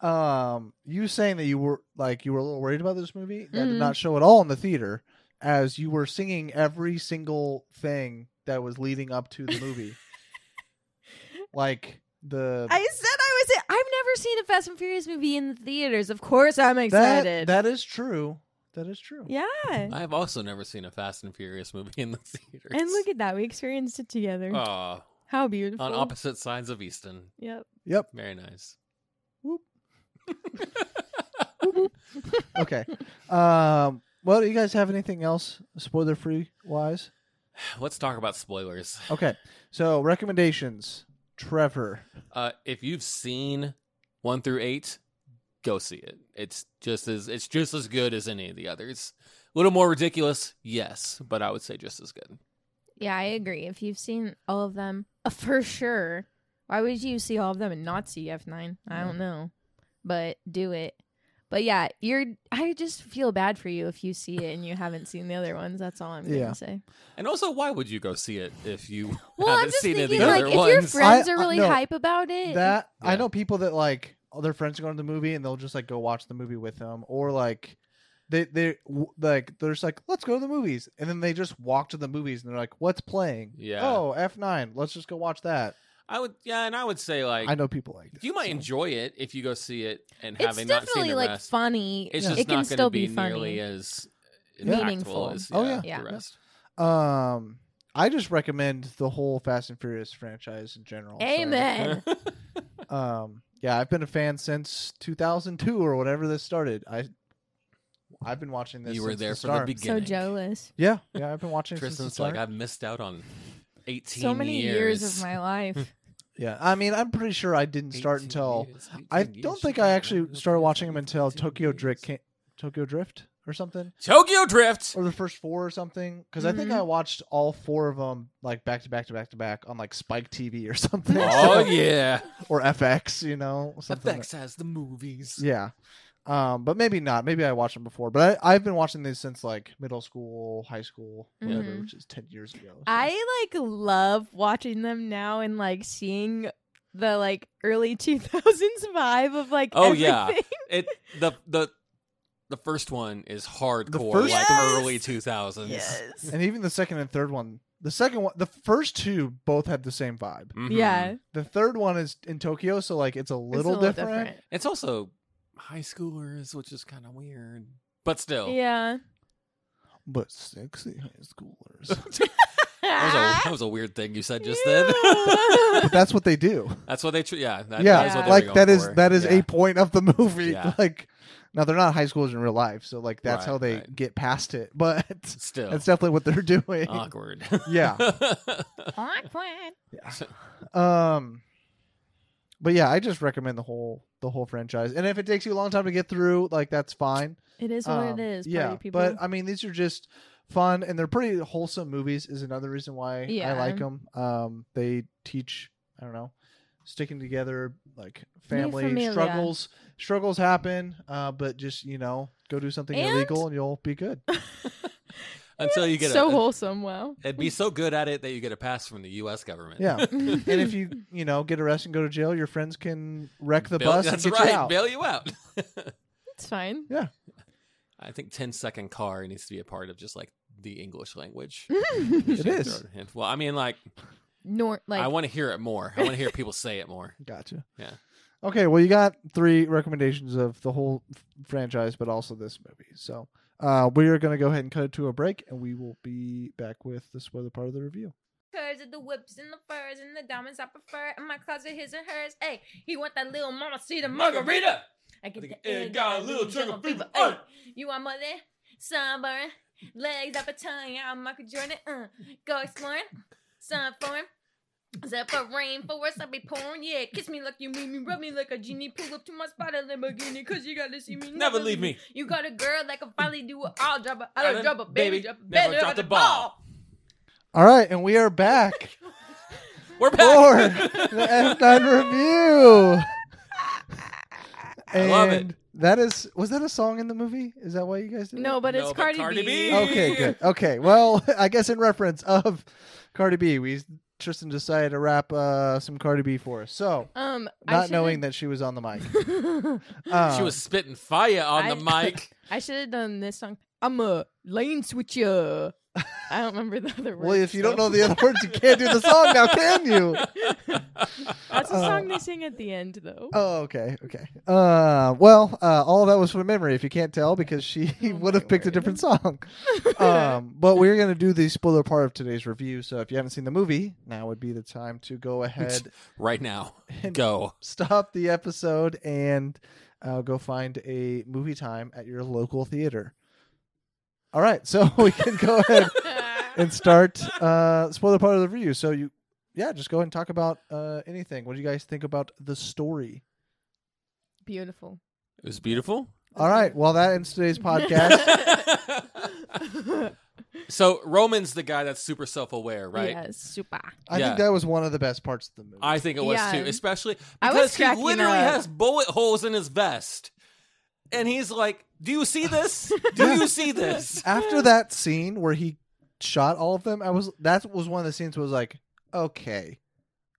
B: um, you saying that you were like you were a little worried about this movie that
A: Mhm.
B: did not show at all in the theater, as you were singing every single thing that was leading up to
A: [LAUGHS]
B: the movie, like the
A: I said I was I've never seen a Fast and Furious movie in the theaters. Of course I'm
B: that
A: excited.
B: that is true. That is true.
A: yeah.
C: I have also never seen a Fast and Furious movie in the theater.
A: And look at that. We experienced it together.
C: Aw,
A: How beautiful.
C: Oh, on opposite sides of Easton.
A: Yep.
B: Yep.
C: Very nice.
B: Whoop.
A: [LAUGHS]
B: Okay. um. Well, do you guys have anything else spoiler free wise?
C: Let's talk about spoilers.
B: Okay. So recommendations. Trevor.
C: Uh, if you've seen one through eight, go see it. It's just as it's just as good as any of the others. A little more ridiculous, yes, but I would say just as good.
A: Yeah, I agree. If you've seen all of them, uh, for sure. Why would you see all of them and not see F9? I don't know. But do it. But yeah, you're I just feel bad for you if you see it and you haven't seen the other ones. That's all I'm going to
B: Yeah.
C: [LAUGHS]
A: say.
C: And also, why would you go see it if you
A: Well,
C: haven't
A: I'm just
C: seen
A: thinking
C: any of the
A: like
C: other
A: if your
C: ones?
A: friends
B: I-
A: are
B: I-
A: really
B: no.
A: hype about it,
B: That
C: Yeah.
B: I know people that like all their friends go to the movie and they'll just like go watch the movie with them or like they they w- like they're just like let's go to the movies and then they just walk to the movies and they're like what's playing
C: Yeah.
B: oh F nine let's just go watch that
C: I would, yeah, and I would say like
B: I know people like that
C: you might
B: so.
C: enjoy it if you go see it and
A: it's
C: having not seen
A: definitely
C: the
A: like
C: rest.
A: funny.
C: It's
B: Yeah.
C: just
A: it can
C: not going
A: still
C: to
A: be
C: be,
A: funny.
C: nearly as
B: Yeah.
C: impactful
A: Meaningful.
C: as
B: Oh,
C: yeah,
B: yeah.
A: Yeah.
C: the rest.
B: um I just recommend the whole Fast and Furious franchise in general so, [LAUGHS]
A: Amen.
B: um yeah I've been a fan since 2002 or whatever this started I I've been watching this
C: you were
B: since
C: there
B: the
C: from
B: start.
C: the
A: so
C: beginning.
A: jealous.
B: yeah yeah I've been watching since the
C: Tristan's like,
B: start.
C: I've missed out on eighteen [LAUGHS]
A: So many years.
C: years
A: of my life.
B: Yeah, I mean, I'm pretty sure I didn't start until I don't think I actually started watching them until Tokyo Drift, came, Tokyo Drift or something,
C: Tokyo Drift.
B: [LAUGHS] or the first four or something. Because I think
A: Mhm.
B: I watched all four of them like back to back to back to back on like Spike TV or [LAUGHS] something,
C: Oh yeah,
B: or FX, you know, something.
C: FX has the movies.
B: Yeah. Um, but maybe not. Maybe I watched them before. But I, I've been watching these since like middle school, high school, whatever,
A: Mhm.
B: which is ten years ago. so-
A: I like love watching them now and like seeing the like early [LAUGHS] 2000s vibe of like
C: Oh, yeah.
A: everything.
C: It the the the first one is hardcore,
B: first
C: like
A: one-
C: early two thousands.
A: Yes.
B: and even the second and third one. The second one, the first two both had the same vibe.
C: Mm-hmm.
A: Yeah.
B: The third one is in Tokyo, so like it's a
A: It's
B: little, different.
C: It's also high schoolers, which is kind of weird, but still.
A: Yeah.
B: But sexy high
C: [LAUGHS]
B: schoolers.
C: That was,
A: Ah. [LAUGHS]
C: a, that was a weird thing you said just
A: Ew.
B: but
C: then.
B: that's what they do.
C: [LAUGHS] that's what they. Tr- yeah, that,
B: yeah,
C: that is what they were
B: like
C: going
B: that is
C: for.
B: that is
C: Yeah.
B: a point of the movie.
C: Yeah.
B: [LAUGHS] Like, now they're not high schoolers in real life, so like that's
C: Right,
B: how they
C: right.
B: get past it. But [LAUGHS]
C: still
B: that's definitely what they're doing.
C: awkward.
B: [LAUGHS] Yeah.
A: Awkward.
B: Yeah. Um but yeah, I just recommend the whole the whole franchise. And if it takes you a long time to get through, like that's fine.
A: It is what
B: Um,
A: it is.
B: Yeah.
A: party people.
B: But I mean, these are just fun and they're pretty wholesome movies is another reason why
A: Yeah.
B: I like them. Um they teach, I don't know, sticking together like family
A: familia.
B: struggles. Struggles happen, uh but just, you know, go do something
A: And-
B: illegal and you'll be good.
C: [LAUGHS] Until you get
A: so
C: a,
A: wholesome.
C: [LAUGHS]
A: [LAUGHS] Wow.
C: It'd be so good at it that you get a pass from the U.S.
A: [LAUGHS]
C: government.
B: Yeah.
A: and
B: and if you, you know, get arrested and go to jail, your friends can wreck the
C: Bail-
B: bus
C: that's
B: and get
C: right,
B: you out.
C: bail you out. [LAUGHS]
A: it's fine. [LAUGHS]
C: I think 10 second car needs to be a part of just like the English language.
B: Mm, It is.
C: Well, I mean, like,
A: Nor like
C: I want to hear it more. I want to hear people say it more. [LAUGHS]
B: Gotcha.
C: Yeah.
B: Okay, well, you got three recommendations of the whole f- franchise, but also this movie. So uh, we are going to go ahead and cut it to a break, and we will be back with the spoiler part of the review.
D: curves of the whips and the furs and the diamonds I prefer in my closet, his and hers. Hey, he want that little mama see the margarita. I get
C: I think
D: the
C: it
D: egg, got
C: got
D: a
C: a little
D: little
C: trigger
D: jungle
C: fever,
D: fever. Hey, you want mother? Sunburn, legs up a tongue. Yeah, I'm Michael Jordan. Uh, go exploring, sun foreign. Except for rainforest, I be pouring. Yeah, kiss me like you mean me, rub me like a genie. Pull up to my spot at Lamborghini, cause you gotta see me.
C: Never leave me.
D: You got a girl that can finally do it all. Drop a,
C: I
D: I
C: done-
D: don't drop a baby,
C: baby,
D: drop a
C: never
D: baby,
C: drop
D: drop
C: the
D: the
C: ball.
D: ball.
B: All right, and we are back
C: [LAUGHS] We're
B: for
C: back. [LAUGHS]
B: the F9 review.
C: I love it.
B: And That is, was that a song in the movie? Is that why you guys did
A: no,
B: it?
A: but [LAUGHS]
C: No,
A: it's
C: but
A: Cardi,
C: Cardi
A: B.
C: B.
B: Okay, good. Okay, well, [LAUGHS] I guess in reference of Cardi B, we Tristan decided to rap uh, some Cardi B for us. So,
A: Um,
B: not knowing that she was on the mic.
D: [LAUGHS]
A: that
C: she
B: Um,
C: was spitting fire on the
A: I-
C: mic.
A: I should have done this song. I'm a lane switcher. I don't remember the other words.
B: [LAUGHS] Um, Well, if you don't
A: so-
B: know the other words, you can't do
A: [LAUGHS]
B: the song now, can you?
A: that's
B: uh,
A: a
B: [LAUGHS]
A: song they sing at the end, though. [LAUGHS]
B: Oh, okay, okay. Uh, well, uh, all that was from memory, if you can't tell, because she
A: Oh
B: [LAUGHS] would
A: my
B: have picked a
A: word.
B: different
A: [LAUGHS]
B: song. Um, but we're gonna do the spoiler part of today's review. So if you haven't seen the movie, now would be the time to go ahead,
C: right now.
B: And-
C: Go.
B: stop the episode, and uh, go find a movie time at your local theater. All right, so [LAUGHS] we can go ahead and start uh spoiler part of the review. So you yeah, just go ahead and talk about uh anything. What do you guys think about the story?
A: Beautiful. [LAUGHS]
C: It was beautiful. [LAUGHS]
B: All right. Well that ends today's podcast.
C: so Roman's the guy that's super self aware, right?
A: Yeah, super.
B: I
C: Yeah.
B: think that was one of the best parts of the movie.
C: I think it was
A: Yeah.
C: too, especially
A: I was
C: because he
A: cracking
C: literally
A: up.
C: has bullet holes in his vest, and he's like, "Do you see this? Do
B: Yeah.
C: you see this?"
B: After that scene where he shot all of them, I was that was one of the scenes where I was like, okay,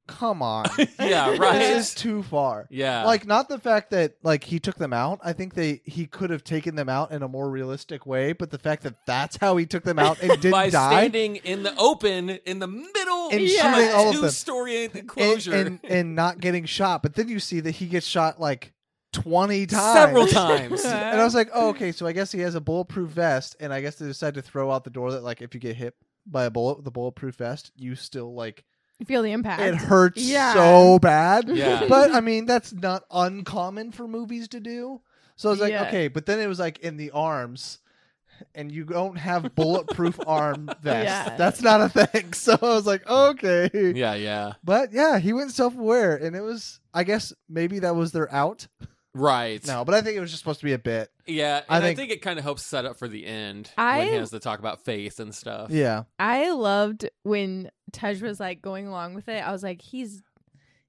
B: come on.
C: yeah,
B: This is
C: [LAUGHS] right.
B: too far.
C: Yeah,
B: Like not the fact that like he took them out. I think they he could have taken them out in a more realistic way, but the fact that that's how he took them out
C: [LAUGHS]
B: and didn't
C: by
B: die.
C: standing in the open in the middle
B: And
C: of
A: shooting
C: a
B: all of them.
C: two-story
B: and,
C: enclosure
B: and and not getting shot. But then you see that he gets shot like twenty times, [LAUGHS]
C: several times.
B: And I was like, oh, okay, so I guess he has a bulletproof vest, and I guess they decided to throw out the door that like if you get hit by a bullet with a bulletproof vest, you still like
A: You feel the impact.
B: it hurts
A: Yeah.
B: so bad.
C: Yeah.
B: [LAUGHS] But I mean, that's not uncommon for movies to do. So I was like,
A: Yeah.
B: okay, but then it was like in the arms. and you don't have bulletproof arm vest.
A: [LAUGHS] Yeah.
B: That's not a thing. [LAUGHS] So I was like, okay.
C: Yeah, yeah.
B: But yeah, he went self aware and it was I guess maybe that was their out.
C: Right.
B: No, but I think it was just supposed to be a bit.
C: Yeah, and
B: I
C: I
B: think-
C: think, it kind of helps set up for the end
A: I-
C: when he has to talk about faith and stuff.
B: Yeah.
A: I loved when Tej was like going along with it. I was like, he's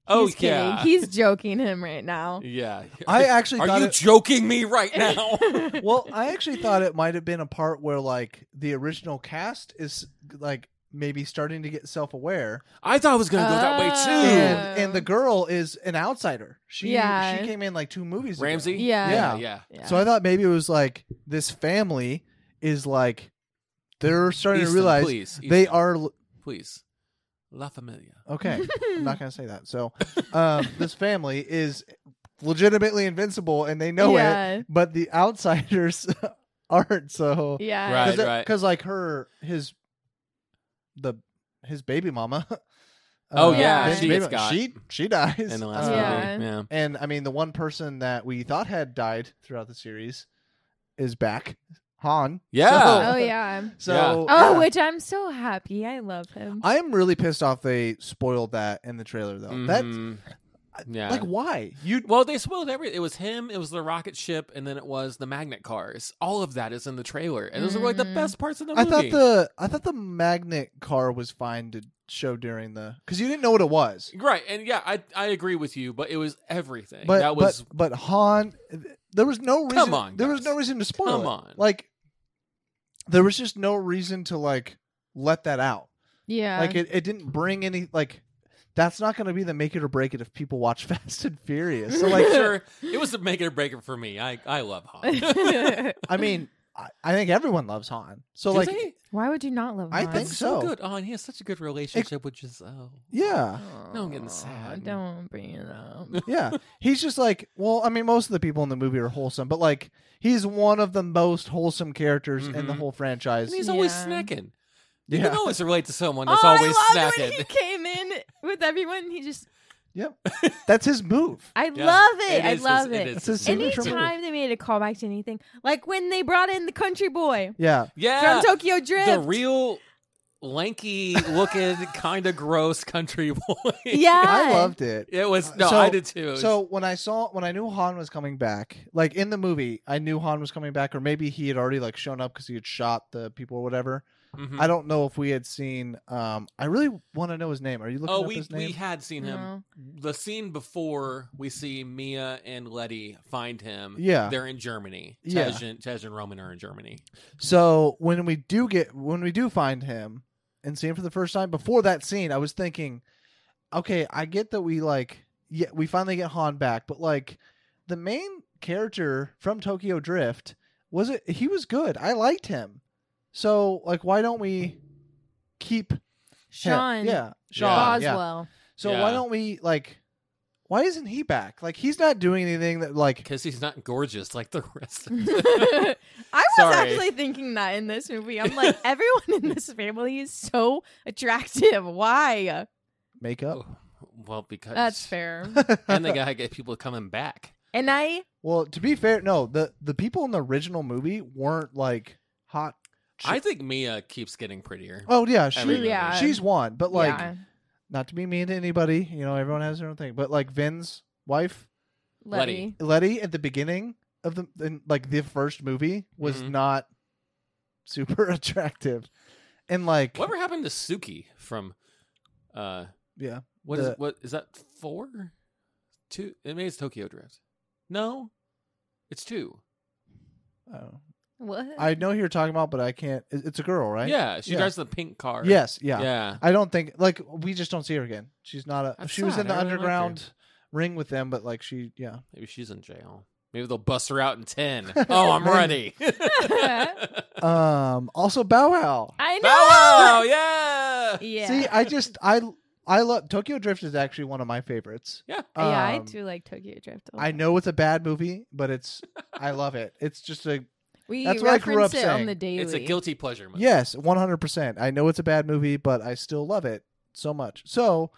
C: Oh
A: he's kidding.
C: yeah.
A: He's joking him right now. [LAUGHS]
C: yeah.
B: I actually
C: Are
B: thought
C: you
B: it,
C: joking me right [LAUGHS] now? [LAUGHS]
B: Well, I actually thought it might have been a part where like the original cast is like maybe starting to get self aware.
C: I thought it was going to go
A: Oh.
C: that way
B: And and the girl is an outsider. She
A: Yeah.
B: she came in like two movies.
C: too.
B: ago.
C: Ramsey?
A: Yeah.
C: Yeah,
B: Yeah.
C: yeah.
A: Yeah.
B: So I thought maybe it was like this family is like they're starting
C: Easton,
B: to realize
C: please.
B: they
C: Easton,
A: [LAUGHS]
B: are l-
C: please. La Familia.
B: okay. I'm
A: Hmm.
B: not gonna say that. So um, this family is legitimately invincible, and they know it,
A: yeah.
B: but the outsiders [LAUGHS] aren't. So
A: Yeah.
C: Right.
B: because like her his the his baby mama. [LAUGHS]
C: Oh,
A: yeah,
B: his
A: she
B: baby-
C: gets got
B: she she dies Um,
C: In the last
A: Uh, Yeah.
C: movie. Yeah.
B: And I mean, the one person that we thought had died throughout the series is back, Han.
C: Yeah.
A: Oh yeah.
B: So,
C: Yeah.
A: Oh,
B: yeah. Uh,
A: which I'm so happy. I love him.
B: I'm really pissed off they spoiled that in the trailer though.
A: Oh.
B: That
C: Mhm. yeah.
B: like why you
C: well, they spoiled every. It was him. It was the rocket ship, and then it was the magnet cars. All of that is in the trailer, and those are like the
A: Mhm.
C: best parts of the
B: I
C: movie.
B: thought the I thought the magnet car was fine to show during the because you didn't know what it was.
C: right, and yeah, I I agree with you, but it was everything.
B: But
C: that was
B: but, but Han, there was no reason.
C: Come on,
B: there was
C: guys.
B: no reason to spoil
C: Come
B: it.
C: on.
B: Like there was just no reason to like let that out.
A: yeah.
B: Like it, it didn't bring any like that's not going to be the make it or break it if people watch [LAUGHS] Fast and Furious. [LAUGHS] So like
C: sure, it was a make it or break it for me. I I love
A: [LAUGHS]
C: [LAUGHS] Han.
B: I
C: [LAUGHS]
B: mean, I, I think everyone loves Han. So
C: Do
B: like
C: they?
A: Why would you not love
B: I
A: Han?
B: think
C: It's so
B: so.
C: good. Oh, and he has such a good relationship with Giselle.
B: yeah.
C: No, I'm getting sad.
A: Don't bring it
C: [LAUGHS]
A: up.
B: Yeah. He's just like, well, I mean, most of the people in the movie are wholesome, but like he's one of the most wholesome characters in the
C: Mhm.
B: whole franchise.
C: And he's always
A: Yeah.
C: snacking. You
B: Yeah.
C: can always relate to someone that's
A: oh,
C: always
A: I loved
C: [LAUGHS]
A: when he
C: snacking.
A: came in with everyone. He just,
B: That's his move.
A: I
C: Yeah,
A: love it. I
C: is his-
A: love it.
B: It's
C: is
B: a
C: his
B: signature
C: signature
B: move.
A: Anytime they made a callback to anything, like when they brought in the country boy
B: Yeah.
C: Yeah,
A: from Tokyo Drift.
C: the real lanky looking, [LAUGHS] kind of gross country
A: [LAUGHS]
C: boy. [LAUGHS]
A: yeah,
B: I loved it.
C: It was no,
B: Uh, So-
C: I did too. It was-
B: So when I saw when I knew Han was coming back, like in the movie, I knew Han was coming back, or maybe he had already like shown up because he had shot the people or whatever.
C: Mhm.
B: I don't know if we had seen. Um, I really want to know his name. Are you looking
C: oh,
B: up
C: we
B: his name?
C: we had seen him.
A: No.
C: The scene before we see Mia and Letty find him.
B: Yeah.
C: they're in Germany.
B: Yeah.
C: Tej and, Tej and Roman are in Germany.
B: So when we do get when we do find him and see him for the first time, before that scene, I was thinking, okay, I get that we like yeah we finally get Han back, but like the main character from Tokyo Drift was it he was good. I liked him. So like why don't we keep him?
A: Sean.
B: Yeah. Sean. Yeah.
C: [LAUGHS]
A: Boswell. [LAUGHS]
B: So
C: Yeah.
B: why don't we like why isn't he back? Like he's not doing anything that like
C: Because he's not gorgeous like the rest.
B: [LAUGHS]
C: Of
A: I was
C: Sorry.
A: actually thinking that in this movie. I'm like, [LAUGHS] everyone in this family is so attractive. Why?
B: makeup.
C: Oh, Well, because
A: That's fair.
B: [LAUGHS]
C: And they gotta get people coming back.
A: And I,
B: Well, to be fair, no, the the people in the original movie weren't like hot.
C: I think Mia keeps getting prettier.
B: Oh yeah,
C: Every
B: she
C: movie.
A: Yeah.
B: she's one, but like
A: yeah,
B: not to be mean to anybody, you know, everyone has their own thing. But like Vin's wife,
A: Letty.
B: Letty, at the beginning of the in, like the first movie was
C: Mhm.
B: not super [LAUGHS] attractive, and like
C: Whatever happened to Suki from uh
B: yeah,
C: What is
B: The-
C: what is that four? Two it mean it's Tokyo Drift. No. It's two.
B: I, don't know.
A: What?
B: I know who you're talking about, but I can't. it- It's a girl, right?
C: Yeah. She
B: Yeah.
C: drives the pink car.
B: Yes.
C: Yeah.
B: Yeah. I don't think like we just don't see her again. She's not a.
C: That's
B: she was
C: sad.
B: in the
C: I really liked her.
B: underground ring with them, but like she, yeah.
C: Maybe she's in jail. Maybe they'll bust her out
B: [LAUGHS]
C: in ten. Oh, I'm ready. [LAUGHS]
B: Um. Also, Bow Wow.
A: I know.
C: Bow Wow, yeah.
A: [LAUGHS] Yeah.
B: See, I just I I love Tokyo Drift is actually one of my favorites.
C: Yeah.
A: yeah, I
B: Um,
A: do like Tokyo Drift. a
B: I
A: lot.
B: know it's a bad movie, but it's I love it. It's just
C: [LAUGHS]
B: a
A: We
B: that's what I
A: reference
B: grew up
A: it on
B: saying.
A: the daily.
C: It's
A: [LAUGHS]
C: a guilty pleasure movie.
B: yes, one hundred percent. I know it's a bad movie, but I still love it so much. So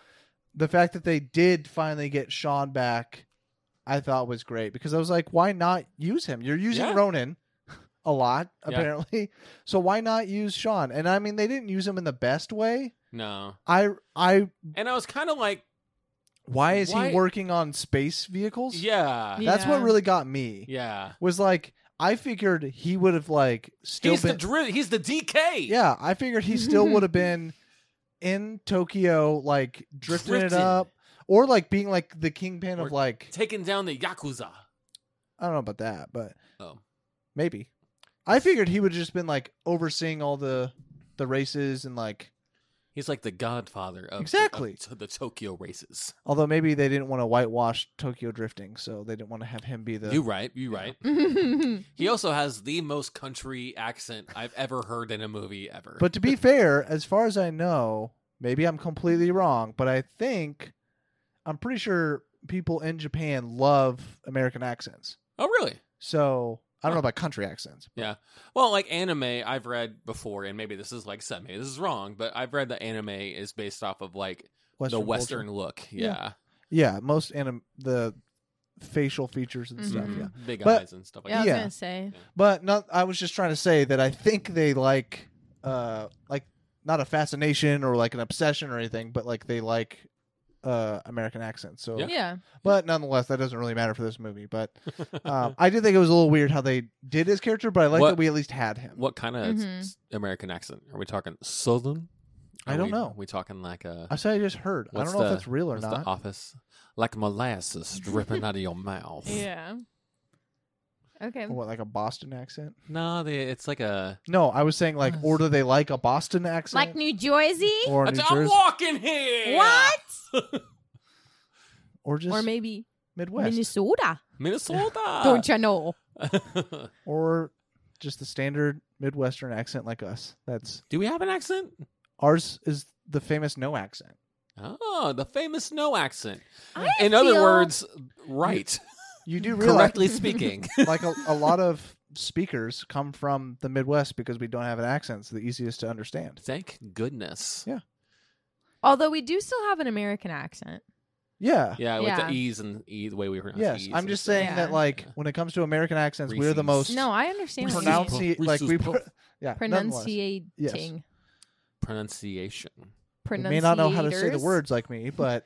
B: the fact that they did finally get Sean back, I thought was great because I was like, why not use him? You're using
C: Yeah.
B: Ronan. [LAUGHS] a lot
C: Yeah.
B: apparently. [LAUGHS] So why not use Sean? And I mean, they didn't use him in the best way.
C: No.
B: I I
C: And I was kind of like,
B: why is
C: Why-
B: he working on space vehicles?
C: yeah, yeah.
B: that's what
A: Yeah.
B: really got me. Was like I figured he would have like still
C: He's the
B: been
C: dri- he's the DK.
B: yeah. I figured he still would have
C: [LAUGHS]
B: been in Tokyo, like drifting it
C: Drifting.
B: up, or like being like the kingpin
C: Or
B: of like
C: taking down the yakuza.
B: I don't know about that, but
C: Oh.
B: maybe. I figured he would have just been like overseeing all the the races and like
C: He's like the godfather of
B: Exactly.
C: of to the Tokyo races.
B: although maybe they didn't want to whitewash Tokyo drifting, so they didn't want to have him be the
C: You right, you right.
A: Wait,
C: He also has the most country accent I've ever heard in a movie ever.
B: But to be fair, as far as I know, maybe I'm completely wrong, but I think I'm pretty sure people in Japan love American accents.
C: oh really?
B: So I don't
C: Huh.
B: know about country accents.
C: Well, like anime, I've read before, and maybe this is like set. Maybe this is wrong, but I've read that anime is based off of like
B: Western
C: the
B: culture.
C: Western look. Yeah,
B: yeah, most anim the facial features and stuff.
A: Mhm.
B: Yeah,
C: Mm-hmm. big
B: But-
C: eyes and stuff like
A: yeah, I was
B: Yeah.
A: gonna say.
B: but not. I was just trying to say that I think they like, uh, like not a fascination or like an obsession or anything, but like they like, uh, American accents. So
C: Yeah.
A: Yeah.
B: But nonetheless, that doesn't really matter for this movie. But
C: [LAUGHS]
B: um, I did think it was a little weird how they did his character, but I like
C: What-
B: that we at least had him.
C: What kind of
A: Mhm.
C: s- American accent are we talking? Southern?
B: I
C: Are
B: don't
C: we-
B: know.
C: Are we talking like a?
B: I said I just heard. I
C: What's
B: don't know
C: the-
B: if that's real or
C: what's the
B: not.
C: office? Like molasses dripping out of your mouth.
A: [LAUGHS] Yeah. Okay.
B: What, like a Boston accent?
C: No, they, it's like a.
B: No, I was saying like,
C: Yes.
B: or do they like a Boston accent
D: Like New Jersey?
B: or New
C: I'm
B: Jersey,
C: walking here.
D: What?
B: or just
A: Or maybe
B: Midwest,
A: Minnesota.
C: Minnesota.
A: Don't you know?
B: or just the standard Midwestern accent like us? That's
C: [LAUGHS] Do we have an accent?
B: ours is the famous no accent.
C: Oh, the famous no accent.
A: I
C: In other
A: feel-
C: words,
A: [LAUGHS]
C: right.
B: You do realize
C: Correctly speaking. [LAUGHS]
B: [LAUGHS] like a, a lot of speakers come from the Midwest because we don't have an accent, so the easiest to understand.
C: Thank goodness.
B: Yeah.
A: Although we do still have an American accent.
B: Yeah.
C: Yeah, with
A: Yeah.
C: the E's and E, the way we pronounce
B: Yes,
C: E's
B: I'm
C: and
B: just
C: stuff.
B: saying that,
A: Yeah.
B: like, when it comes to American accents, we're the most
C: Reese's.
A: No, I understand. what you mean.
C: Reese's
B: pronounci-
C: Puff,
B: like we
C: Reese's
B: pro-
C: Puff.
B: [LAUGHS] yeah nonetheless.
A: pronunciating.
B: Yes.
C: pronunciation.
B: We may not know how to say the
A: Pronunciators.
B: words like me,
C: [LAUGHS]
B: but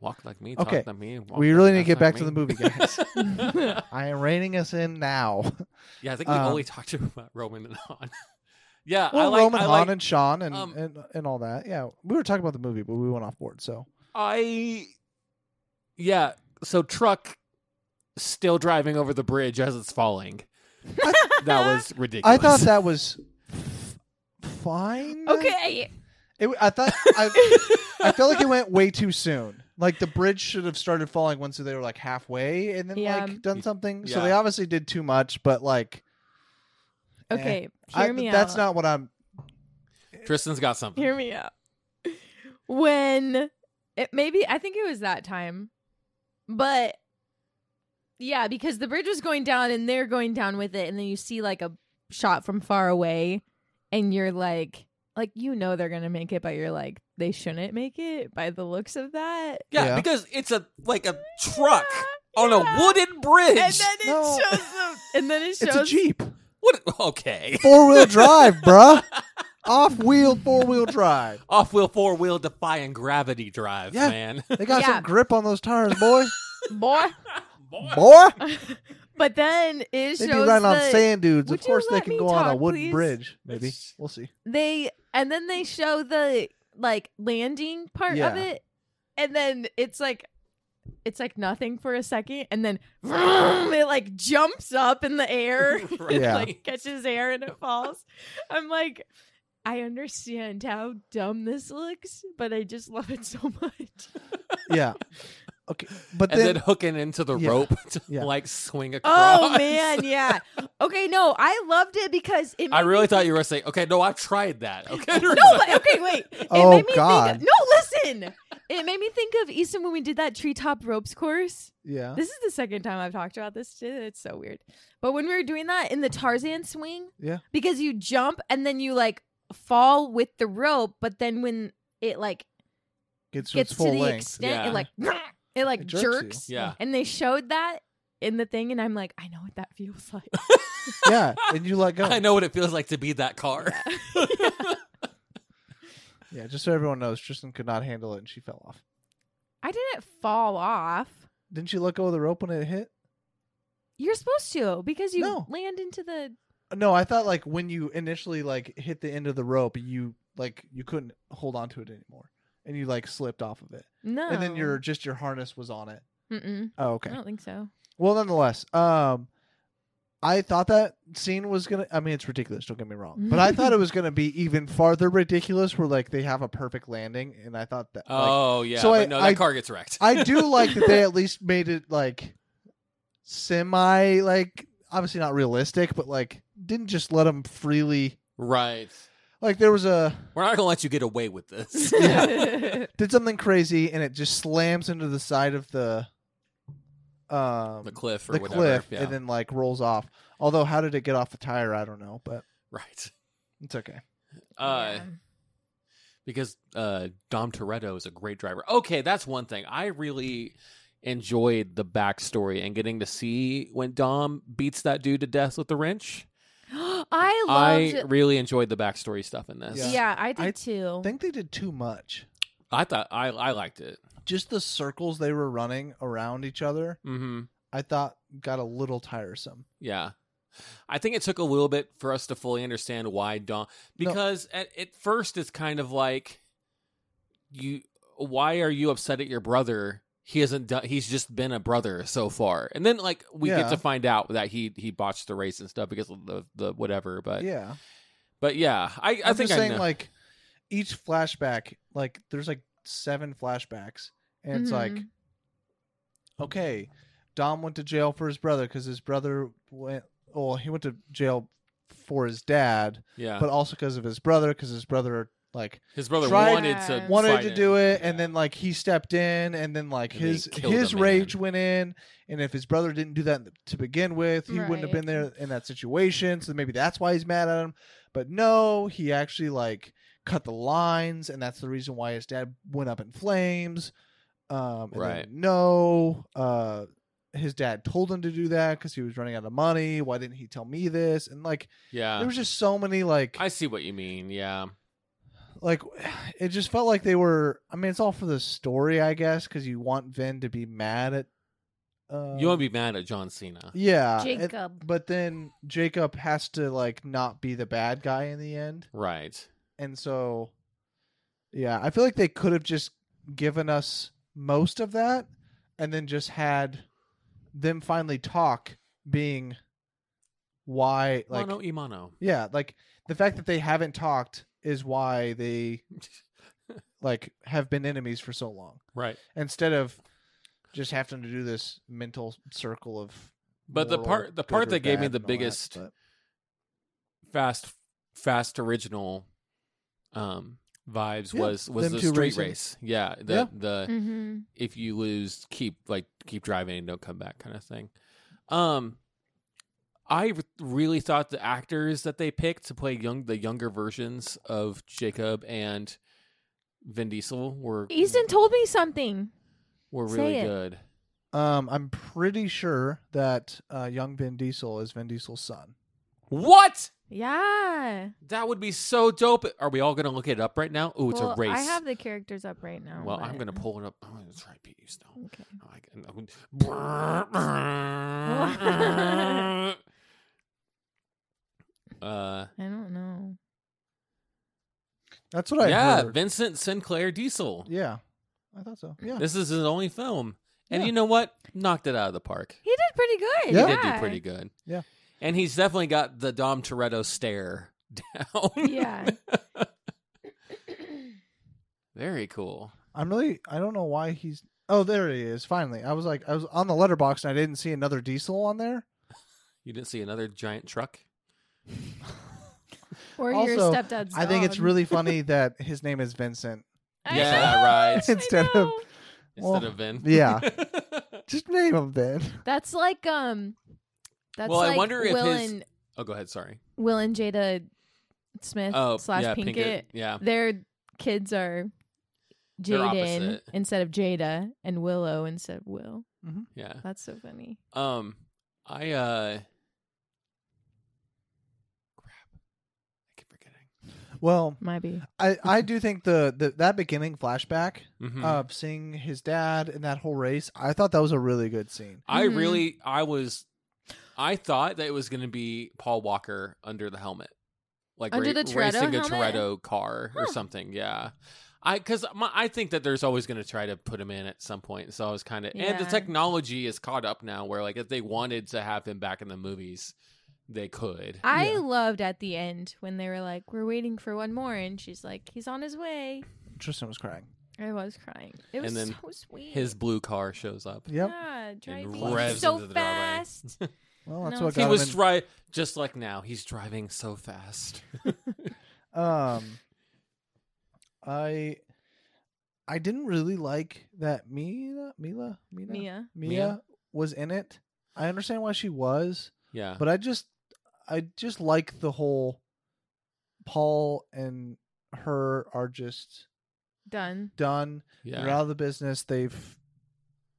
C: Walk like me,
B: Okay.
C: talk like me. walk
B: we
C: like-
B: really need to get
C: talk
B: back to the
C: like
B: movie, guys.
C: me. [LAUGHS]
B: I am reining us in now.
C: yeah, I think we
B: Um,
C: only talked [LAUGHS] about Roman and Han. [LAUGHS] yeah,
B: [LAUGHS]
C: I
B: Well,
C: like.
B: Roman
C: I,
B: Han
C: like
B: and Sean and,
C: um,
B: and and all that. Yeah, we were talking about the movie, but we went off board. So
C: I. Yeah, so truck still driving over the bridge as
B: [LAUGHS]
C: it's falling. that was
B: I
C: ridiculous.
B: thought that was f- fine. Eh.
A: Okay.
B: It, w- I thought I,
A: [LAUGHS]
B: I felt like it went way too soon. Like the bridge should have started falling once they were like halfway and then
A: Yeah.
B: like done something. So
C: Yeah.
B: they obviously did too much, but like eh.
A: Okay.
B: I-
A: Hear me out.
B: that's not what I'm.
C: [LAUGHS] Tristan's got something.
A: Hear me out. When it maybe I think it was that time, but yeah, because the bridge was going down and they're going down with it, and then you see like a shot from far away, and you're like, like you know they're gonna make it, but you're like they shouldn't make it by the looks of that.
C: Yeah,
B: Yeah.
C: because it's a like a truck
A: Yeah,
C: on
A: yeah.
C: a wooden bridge.
A: [LAUGHS] and then it
B: No.
A: shows them, and then it
B: It's a
A: shows
B: jeep,
C: what? Okay,
B: four
A: [LAUGHS]
B: wheel drive, bruh. Off wheel, four wheel drive.
C: off wheel, four wheel, defying gravity drive,
B: Yeah.
A: [LAUGHS]
C: man.
B: They got
A: Yeah.
B: some grip on those tires, boy.
A: [LAUGHS] boy, [LAUGHS]
C: [LAUGHS]
B: Boy,
A: but then it
B: they
A: shows
B: be riding on
A: the-
B: sand dunes.
A: Would you
B: Of course, they
A: let
B: can
A: me
B: go on a
A: talk,
B: wooden
A: please?
B: bridge. Maybe
C: It's-
B: we'll see.
A: they and then they show the like landing part
B: Yeah.
A: of it and then it's like it's like nothing for a second and then [LAUGHS] vroom, it like jumps up in the
C: [LAUGHS]
A: air [LAUGHS]
C: Right.
B: Yeah.
A: like catches air and it falls i'm like i understand how dumb this looks but i just love it so [LAUGHS] much
C: [LAUGHS]
B: Yeah. Okay, but
C: and
B: then,
C: then hooking into the
B: Yeah.
C: rope to
B: Yeah.
C: like swing across.
A: oh man yeah okay no i loved it because it
C: I
A: made
C: really
A: me
C: thought you were saying, okay, no, I've tried that. Okay, [LAUGHS]
A: No, but okay, wait. It
B: [LAUGHS] Oh,
A: made me
B: God.
A: Think no, listen. It made me think of Easton when we did that treetop ropes course.
B: [LAUGHS] yeah,
A: This is the second time I've talked about this. Shit, It's so weird. But when we were doing that in the Tarzan swing,
B: Yeah.
A: because you jump and then you like fall with the rope, but then when it like
B: gets to
A: gets
B: its
A: to
B: full
A: the
B: length.
A: extent,
C: Yeah.
A: it like [LAUGHS] it like
B: It jerks
A: jerks.
B: you.
C: yeah,
A: And they showed that in the thing, and I'm like, I know what that feels [LAUGHS] like.
B: yeah, and you let
A: [LAUGHS]
B: go.
C: I know what it feels like to be that car. [LAUGHS]
B: Yeah, just so everyone knows, Tristan could not handle it and she fell off.
A: I didn't fall off.
B: Didn't you let go of the rope when it hit?
A: You're supposed to because you
B: No.
A: land into the.
B: No, I thought like when you initially like hit the end of the rope, you like you couldn't hold on to it anymore, and you like slipped off of it,
A: No.
B: and then your just your harness was on it.
A: Mm-mm.
B: Oh, okay.
A: I don't think so.
B: Well, nonetheless, um, I thought that scene was gonna. I mean, it's ridiculous. Don't get me wrong, but I thought it was gonna be even farther ridiculous, where like they have a perfect landing, and I thought that. like,
C: oh yeah,
B: so
C: but
B: I-
C: no, that
B: I-
C: car gets wrecked.
B: I do like that they at least made it like semi like obviously not realistic, but like didn't just let them freely
C: right.
B: like there was a
C: We're not gonna let you get away with this.
A: [LAUGHS]
B: did something crazy and it just slams into the side of the um
C: [LAUGHS] the cliff or
B: the
C: whatever.
B: cliff
C: yeah.
B: and then like rolls off. Although how did it get off the tire? I don't know, but
C: right.
B: it's okay.
C: Uh,
A: Yeah. [GASPS]
C: because uh, Dom Toretto is a great driver. Okay, that's one thing. I really enjoyed the backstory and getting to see when Dom beats that dude to death with the wrench.
A: I loved.
C: I really enjoyed the backstory stuff in this.
A: yeah.
B: Yeah.
A: I did
B: I
A: too.
B: I think they did too much.
C: I thought I I liked it.
B: Just the circles they were running around each other,
C: hmm
B: I thought got a little tiresome.
C: Yeah. I think it took a little bit for us to fully understand why Dom
B: No.
C: because at, at first it's kind of like you why are you upset at your brother? He hasn't done he's just been a brother so far. And then like we get
B: Yeah.
C: to find out that he he botched the race and stuff because of the the whatever, but yeah.
B: yeah.
C: but yeah, I I
B: I'm
C: think
B: just saying
C: I know.
B: like each flashback, like there's like seven flashbacks, and it's like
A: Mhm.
B: okay, Dom went to jail for his brother because his brother went. Well, he went to jail for his dad,
C: yeah.
B: but also because of his brother, because his brother like
C: His brother
B: tried-
C: wanted to
A: Yeah.
B: wanted
C: fight
B: to
C: him.
B: do it,
C: Yeah.
B: and then like he stepped in, and then like
C: And then he
B: his
C: killed
B: his
C: a man.
B: rage went in, and if his brother didn't do that to begin with, he wouldn't have
A: Right.
B: been there in that situation. So maybe that's why he's mad at him. But no, he actually like cut the lines, and that's the reason why his dad went up in flames. Um, and then
C: Right.
B: no, uh, his dad told him to do that because he was running out of money. Why didn't he tell me this? And like
C: Yeah.
B: there was just so many like
C: I see what you mean. Yeah.
B: like [SIGHS] it just felt like they were i mean it's all for the story i guess because you want vin to be mad at uh
C: you want to be mad at John Cena.
B: yeah uh, it-
A: Jacob.
B: but then jacob has to like not be the bad guy in the end
C: Right.
B: and so yeah i feel like they could have just given us most of that and then just had them finally talk being why like
C: mono Imano.
B: yeah like the fact that they haven't talked is why
C: [LAUGHS]
B: they like have been enemies for so long
C: Right.
B: instead of just having to do this mental circle of
C: But the
B: moral
C: part- the
B: good
C: part
B: or
C: that gave me
B: bad
C: the
B: and all
C: biggest-
B: that,
C: fast fast original um vibes
B: Yeah,
C: was was
B: them
C: the
B: two
C: street
B: racing.
C: race yeah the
B: Yeah.
C: the
A: Mhm.
C: if you lose keep like keep driving and don't come back kind of thing um i r- really thought the actors that they picked to play young the younger versions of jacob and vin diesel were
A: Easton told me something.
C: were
A: say
C: really
A: it.
C: good
B: but, um i'm pretty sure that uh young vin diesel is vin diesel's son
C: what
A: Yeah.
C: that would be so dope are we all gonna look it up right now oh it's
A: Well,
C: a race
A: I have the characters up right
B: Oh,
A: now.
C: well i'm
A: but-
C: gonna pull it up Oh, i'm gonna try to beat you still
B: Mm.
A: Okay.
C: I can-
B: [LAUGHS]
C: I can- uh,
A: I don't know.
B: that's what i
C: yeah,
B: heard.
C: Vincent Sinclair Diesel.
B: yeah i thought so yeah
C: This is his only film, and
B: Yeah.
C: you know what? Knocked it out of the park.
A: He did pretty good.
B: Yeah.
C: He did do
A: [LAUGHS]
C: pretty good.
B: Yeah.
C: and he's definitely got the Dom Toretto stare [LAUGHS] down. [LAUGHS]
A: Yeah.
C: very cool.
B: i'm really i don't know why he's oh there he is finally i was like i was on the letterbox and i didn't see another diesel on there
C: You didn't see another giant truck.
A: Or your
B: Also,
A: stepdad's.
B: i think it's
A: dog.
C: [LAUGHS]
B: really funny that his name is vincent
A: I
C: Yeah,
A: know. [LAUGHS]
C: right.
A: I
B: Instead of-
A: know.
C: Instead
B: Well,
C: of Vin.
B: yeah. just name him then [LAUGHS]
A: That's like um. That's
C: Well, I
A: like
C: wonder if
A: Will
C: his-
A: and
C: [LAUGHS] oh, go ahead. Sorry.
A: Will and Jada Smith
C: Oh,
A: slash
C: yeah,
A: Pinkett,
C: Yeah.
A: Their kids are
C: They're
A: Jaden
C: opposite.
A: instead of Jada and Willow instead of Will.
C: Yeah.
A: That's so funny.
C: Um, I uh, crap, I keep forgetting.
B: Well,
A: Might be.
B: I I do think the, the that beginning flashback,
C: Mhm.
B: uh, seeing his dad and that whole race, I thought that was a really good scene.
C: I
A: mhm.
C: really, I was, I thought that it was going to be Paul Walker under the helmet, like
A: Under the Toretto
C: racing a
A: helmet?
C: Toretto car or something. Yeah. I because I think that there's always going to try to put him in at some point, so I was kind of and the
A: Yeah.
C: technology is caught up now, where like if they wanted to have him back in the movies, they could.
A: I
B: Yeah.
A: loved at the end when they were like, "We're waiting for one more," and she's like, "He's on his way."
B: Tristan was crying.
A: I was crying. It
C: And
A: was
C: then
A: so sweet.
C: His blue car shows up.
B: Yep.
A: yeah, driving
C: revs
A: so
C: into the driveway.
A: fast.
C: [LAUGHS]
A: [LAUGHS]
B: Well, that's
A: No,
B: what
C: He
B: got him
C: was
B: in-
C: right, just like now. He's driving so fast. [LAUGHS]
B: Um, I I didn't really like that Mila Mila Mina
A: Mia.
B: Mia,
C: Mia?
B: was in it. I understand why she was,
C: yeah,
B: but I just I just like the whole Paul and her are just
A: Done.
B: done.
C: yeah,
B: They're out of the business. They've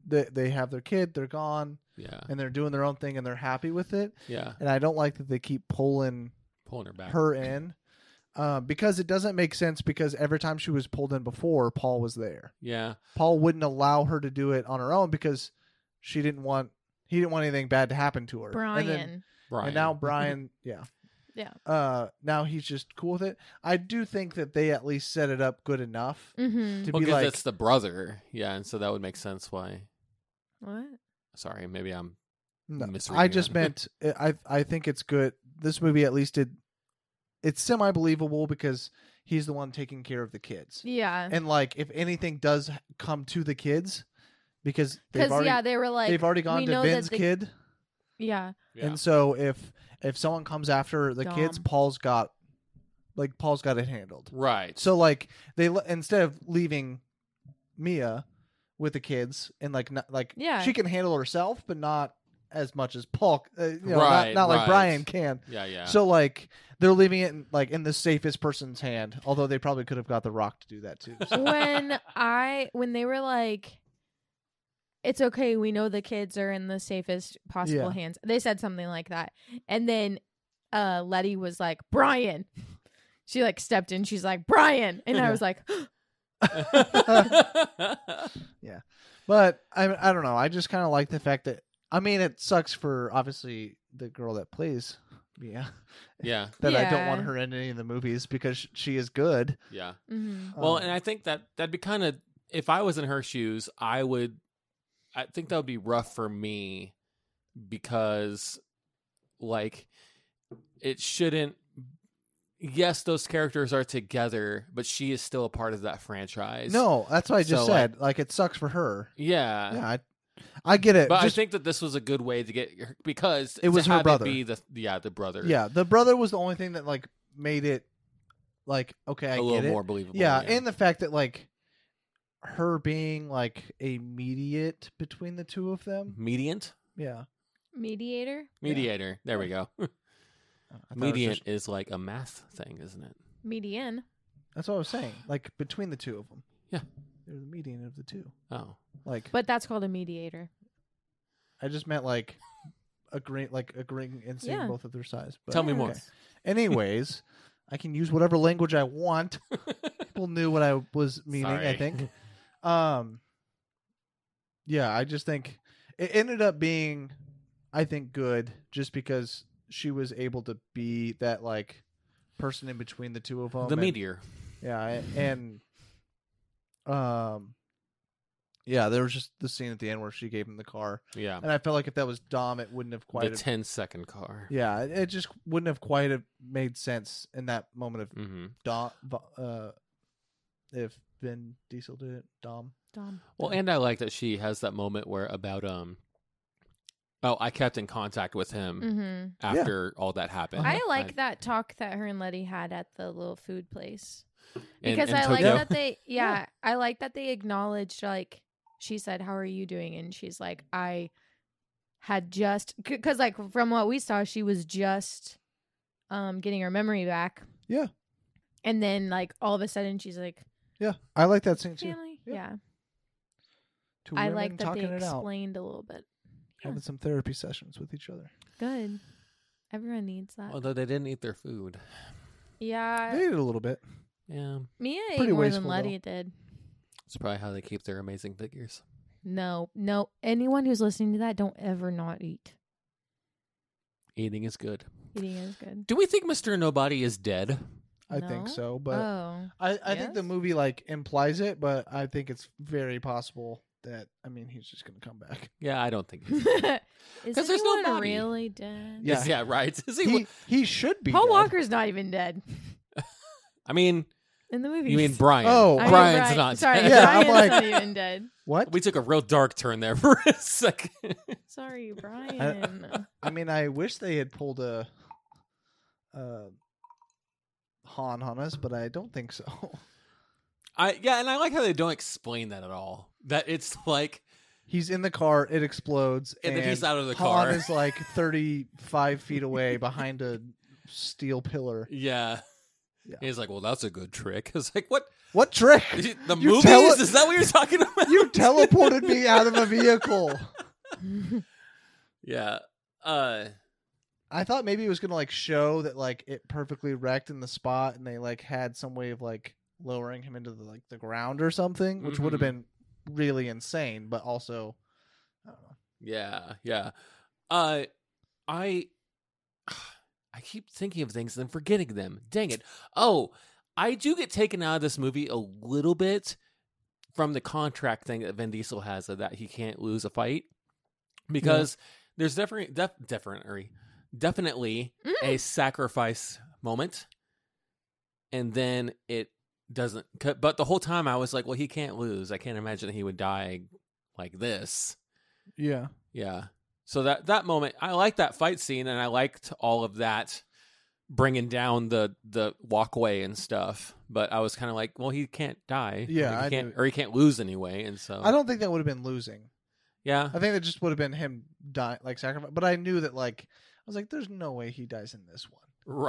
B: they they have their kid. They're gone,
C: yeah,
B: and they're doing their own thing, and they're happy with it.
C: yeah.
B: And I don't like that they keep pulling
C: Pulling her back.
B: her in uh, because it doesn't make sense because every time she was pulled in before paul was there
C: yeah,
B: paul wouldn't allow her to do it on her own because she didn't want he didn't want anything bad to happen to her
A: Brian.
B: and, then, and now brian yeah
A: [LAUGHS] Yeah.
B: uh now he's just cool with it i do think that they at least set it up good enough
A: mm-hmm.
B: to
C: Well,
B: be
C: because
B: like
C: that's the brother. Yeah, and so that would make sense why.
A: What?
C: Sorry, maybe I'm.
B: No,
C: misreading
B: I
C: it. [LAUGHS]
B: just meant eh, I I think it's good. This movie at least did it's semi believable because he's the one taking care of the kids.
A: Yeah.
B: and like if anything does h- come to the kids because they've
A: Because
B: already
A: yeah, they were like,
B: they've already
A: we
B: gone to
A: know that
B: Ben's
A: the-
B: kid,
A: yeah,
C: Yeah.
B: and so if if someone comes after the kids,
A: Dom.
B: Paul's got like Paul's got it handled.
C: Right.
B: So like they le- instead of leaving Mia with the kids and like not, like
A: Yeah.
B: she can handle herself, but not as much as Paul, uh, you know,
C: Right,
B: not, not
C: right.
B: like Brian can.
C: yeah, yeah.
B: So [LAUGHS] like they're leaving it in, like in the safest person's hand. Although they probably could have got the Rock to do that too.
A: [LAUGHS]
B: So.
C: [LAUGHS]
A: when I when they were like, "It's okay, we know the kids are in the safest possible
B: Yeah.
A: hands." They said something like that, and then uh Letty was like, "Brian." [LAUGHS] She like stepped in. She's like, "Brian," and I
B: Yeah.
A: was like, [GASPS]
B: But I I don't know. I just kind of like the fact that I mean it sucks for obviously the girl that plays Mia
C: [LAUGHS]
B: [LAUGHS]
C: yeah,
B: that I don't want
A: Yeah.
B: her in any of the movies because sh- she is good.
C: yeah.
A: mhm.
C: Well,
B: Um,
C: and I think that that'd be kind of if I was in her shoes, I would. I think that would be rough for me because, like, it shouldn't. Yes, those characters are together, but she is still a part of that franchise.
B: no, that's what I just
C: So, like-
B: said. Like, it sucks for her.
C: Yeah.
B: yeah, I, I get it.
C: But
B: Just-
C: I think that this was a good way to get her, because
B: It was
C: to
B: her
C: have
B: brother.
C: be the yeah the brother
B: yeah, the brother was the only thing that like made it like okay, I
C: a
B: get
C: little
B: it.
C: more believable
B: yeah, and the fact that like her being like a mediate between the two of them.
C: mediant
B: Yeah,
A: mediator,
C: mediator there we go
B: I thought it was
C: mediant
B: just-
C: is like a math thing isn't it
A: median.
B: That's what I was saying. Like between the two of them.
C: Yeah.
B: They're the median of the two.
C: oh
B: Like
A: But that's called a mediator.
B: I just meant like agreeing like agreeing and seeing
A: Yeah.
B: both of their sides. But
C: Tell me more.
B: okay. Anyways, I can use whatever language I want. People knew what I was meaning, I
C: Sorry.
B: think. Um Yeah, I just think it ended up being I think good just because she was able to be that like person in between the two of them.
C: the
B: and-
C: meteor
B: Yeah, I- and um, yeah, there was just the scene at the end where she gave him the car,
C: yeah
B: and I felt like if that was Dom, it wouldn't have
C: the
B: quite. Have,
C: 10 second car
B: yeah, it- it just wouldn't have quite have made sense in that moment of
C: hmm
B: Dom. Vo- Uh, if Vin Diesel did it, Dom.
A: Dom.
C: well and i like that she has that moment where about um oh i kept in contact with him
A: hmm
C: after all that happened
A: I like that talk that her and Letty had at the little food place.
C: in-
A: because
C: in
A: I like
C: Tokyo.
A: that they
B: [LAUGHS]
A: yeah, I like that they acknowledged like she said how are you doing and she's like I had just cuz like from what we saw she was just um getting her memory back.
B: Yeah.
A: And then like all of a sudden she's like
B: Yeah, I like that scene too.
A: family.
B: Yeah.
A: Yeah.
B: Two
A: I
B: women
A: like that they
B: talking it out,
A: explained a little bit. yeah.
B: having some therapy sessions with each other.
A: Good. Everyone needs that.
C: Although they didn't eat their food.
A: yeah.
B: they did a little bit.
C: Yeah.
A: Mia ate
B: pretty
A: more
B: wasteful,
A: than
B: though.
A: Letty did.
C: It's probably how they keep their amazing figures.
A: No, no. Anyone who's listening to that, don't ever not eat.
C: Eating is good.
A: Eating is good.
C: Do we think Mr. Nobody is dead?
B: I think
A: No?
B: so, but
A: oh,
B: I, I think the
A: Yes?
B: movie like implies it, but I think it's very possible that I mean he's just gonna come back.
C: Yeah, I don't think he's dead.
A: [LAUGHS] is
C: 'Cause there's no
A: anyone
C: body.
A: really dead?
B: Yeah.
C: yeah, right. Is he-
B: He he should be.
A: Paul
B: dead.
A: Walker's not even dead
C: I mean,
A: in the movie.
C: you mean Brian.
B: Oh,
A: I
B: mean
C: Brian's
A: Brian-
C: not
A: Sorry,
C: dead. [LAUGHS]
B: Yeah, I'm
A: Brian's not
B: like-
A: even dead.
B: What?
C: We took a real dark turn there [LAUGHS] for a second.
A: Sorry, Brian.
B: I mean, I wish they had pulled a uh Han on us, but I don't think so. [LAUGHS]
C: I yeah, and I like how they don't explain that at all. That it's like
B: He's in the car, it explodes,
C: And then he's out of the
B: Han
C: car.
B: is like thirty-five feet away behind a steel pillar.
C: [LAUGHS] yeah.
B: Yeah.
C: He's like, well, that's a good trick. [LAUGHS] It's like, what?
B: What trick?
C: [LAUGHS] The
B: You
C: movies?
B: tell it-
C: Is that what you're talking [LAUGHS]
B: [LAUGHS]
C: about?
B: You teleported me out of a vehicle. [LAUGHS]
C: yeah. Uh,
B: I thought maybe it was gonna like show that like it perfectly wrecked in the spot, and they like had some way of like lowering him into the like the ground or something, which would have
C: Mhm.
B: been really insane, but also I don't know.
C: yeah, yeah. Uh, I, [SIGHS] I keep thinking of things and then forgetting them. Dang it! Oh, I do get taken out of this movie a little bit from the contract thing that Vin Diesel has of that he can't lose a fight because there's definitely, def, definitely, definitely a sacrifice moment, and then it doesn't. c- But the whole time I was like, well, he can't lose. I can't imagine that he would die like this.
B: Yeah.
C: Yeah. So that that moment, I like that fight scene, and I liked all of that bringing down the the walkway and stuff. But I was kind of like, well, he can't die.
B: Yeah,
C: Like, he
B: I
C: can't,
B: knew-
C: or he can't lose anyway. And so
B: I don't think that would have been losing.
C: Yeah, [LAUGHS]
B: I think that just would have been him dying, like sacrifice. But I knew that, like, I was like, there's no way he dies in this one.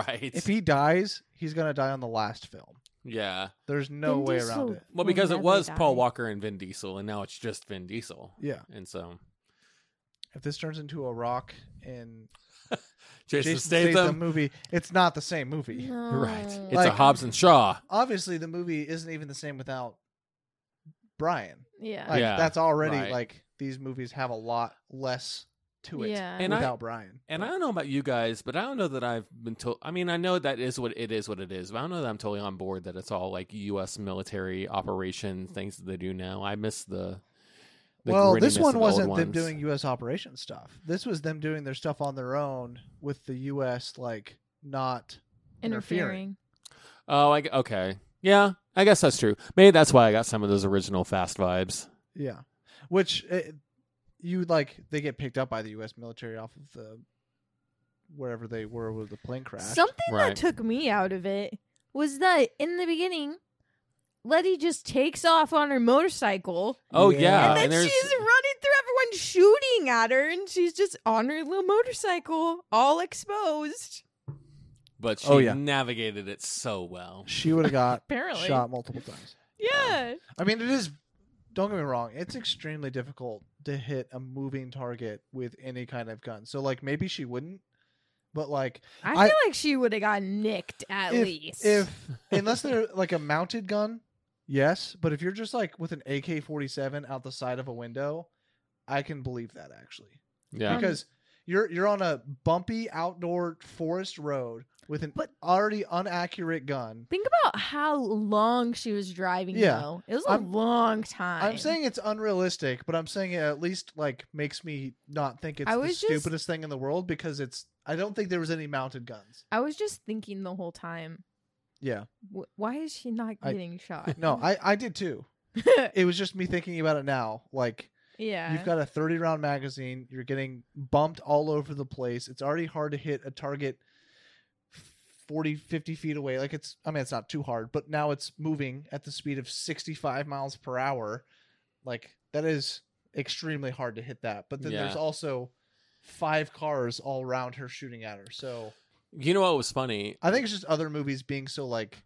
C: right.
B: If he dies, he's gonna die on the last film.
C: yeah.
A: [LAUGHS]
B: There's no
A: Vin
B: way
A: Diesel.
B: around it.
C: Well,
A: Will
C: because it
A: never
C: was
A: die.
C: Paul Walker and Vin Diesel, and now it's just Vin Diesel.
B: Yeah.
C: And so
B: If this turns into a Rock and
C: Jason,
B: Jason
C: Statham,
B: Statham, movie, it's not the same movie.
A: No.
C: [LAUGHS] right? It's a
B: Like-
C: Hobbs and Shaw.
B: Obviously, the movie isn't even the same without Brian.
A: yeah.
B: Like,
C: Yeah,
B: that's already
C: right.
B: like these movies have a lot less to it
A: Yeah.
C: And I-
B: without Brian.
C: And I don't know about you guys, but I don't know that I've been told. I mean, I know that is what it is, what it is, but I don't know that I'm totally on board that it's all like U.S. military operation things that they do now. I miss the. the
B: well, this
C: grittiness of
B: one
C: the
B: wasn't
C: old
B: them
C: ones.
B: doing U.S. operation stuff. This was them doing their stuff on their own with the U.S. like not
A: Interfering.
C: Oh, I, g- okay. Yeah, I guess that's true. Maybe that's why I got some of those original fast vibes.
B: Yeah, which uh you like they get picked up by the U.S. military off of the wherever they were with the plane crash.
A: Something
C: Right.
A: that took me out of it was that in the beginning, Letty just takes off on her motorcycle.
C: Oh
B: Yeah.
C: yeah,
B: And
A: And then
C: there's
A: she's running through everyone shooting at her, and she's just on her little motorcycle, all exposed.
C: but she
B: Oh, yeah.
C: navigated it so well.
B: she would have got
A: Apparently.
B: shot multiple times.
A: Yeah.
B: I mean, it is. Don't get me wrong; it's extremely difficult to hit a moving target with any kind of gun. So, like, maybe she wouldn't, but like,
A: I,
B: I-
A: feel like she would have gotten nicked at
B: If-
A: least.
B: if unless they're like a mounted gun, yes. But if you're just like with an AK forty seven out the side of a window, I can believe that actually.
C: Yeah,
A: Um,
B: because you're you're on a bumpy outdoor forest road with an
A: But-
B: already inaccurate gun.
A: Think about how long she was driving,
B: Yeah.
A: though. It was a
B: I'm-
A: long time.
B: I'm saying it's unrealistic, but I'm saying it at least like makes me not think it's
A: I
B: the
A: was just-
B: stupidest thing in the world because it's I don't think there was any mounted guns.
A: I was just thinking the whole time,
B: Yeah.
A: wh- why is she not
B: I-
A: getting shot?
B: [LAUGHS] No, I I did too. It was just me thinking about it now. Like
A: [LAUGHS] yeah.
B: you've got a 30 round magazine, you're getting bumped all over the place. It's already hard to hit a target 40 50 feet away. Like it's I mean it's not too hard, but now it's moving at the speed of 65 miles per hour. Like that is extremely hard to hit that. But then there's
C: Yeah.
B: also five cars all around her shooting at her. So
C: you know what was funny?
B: I think it's just other movies being so like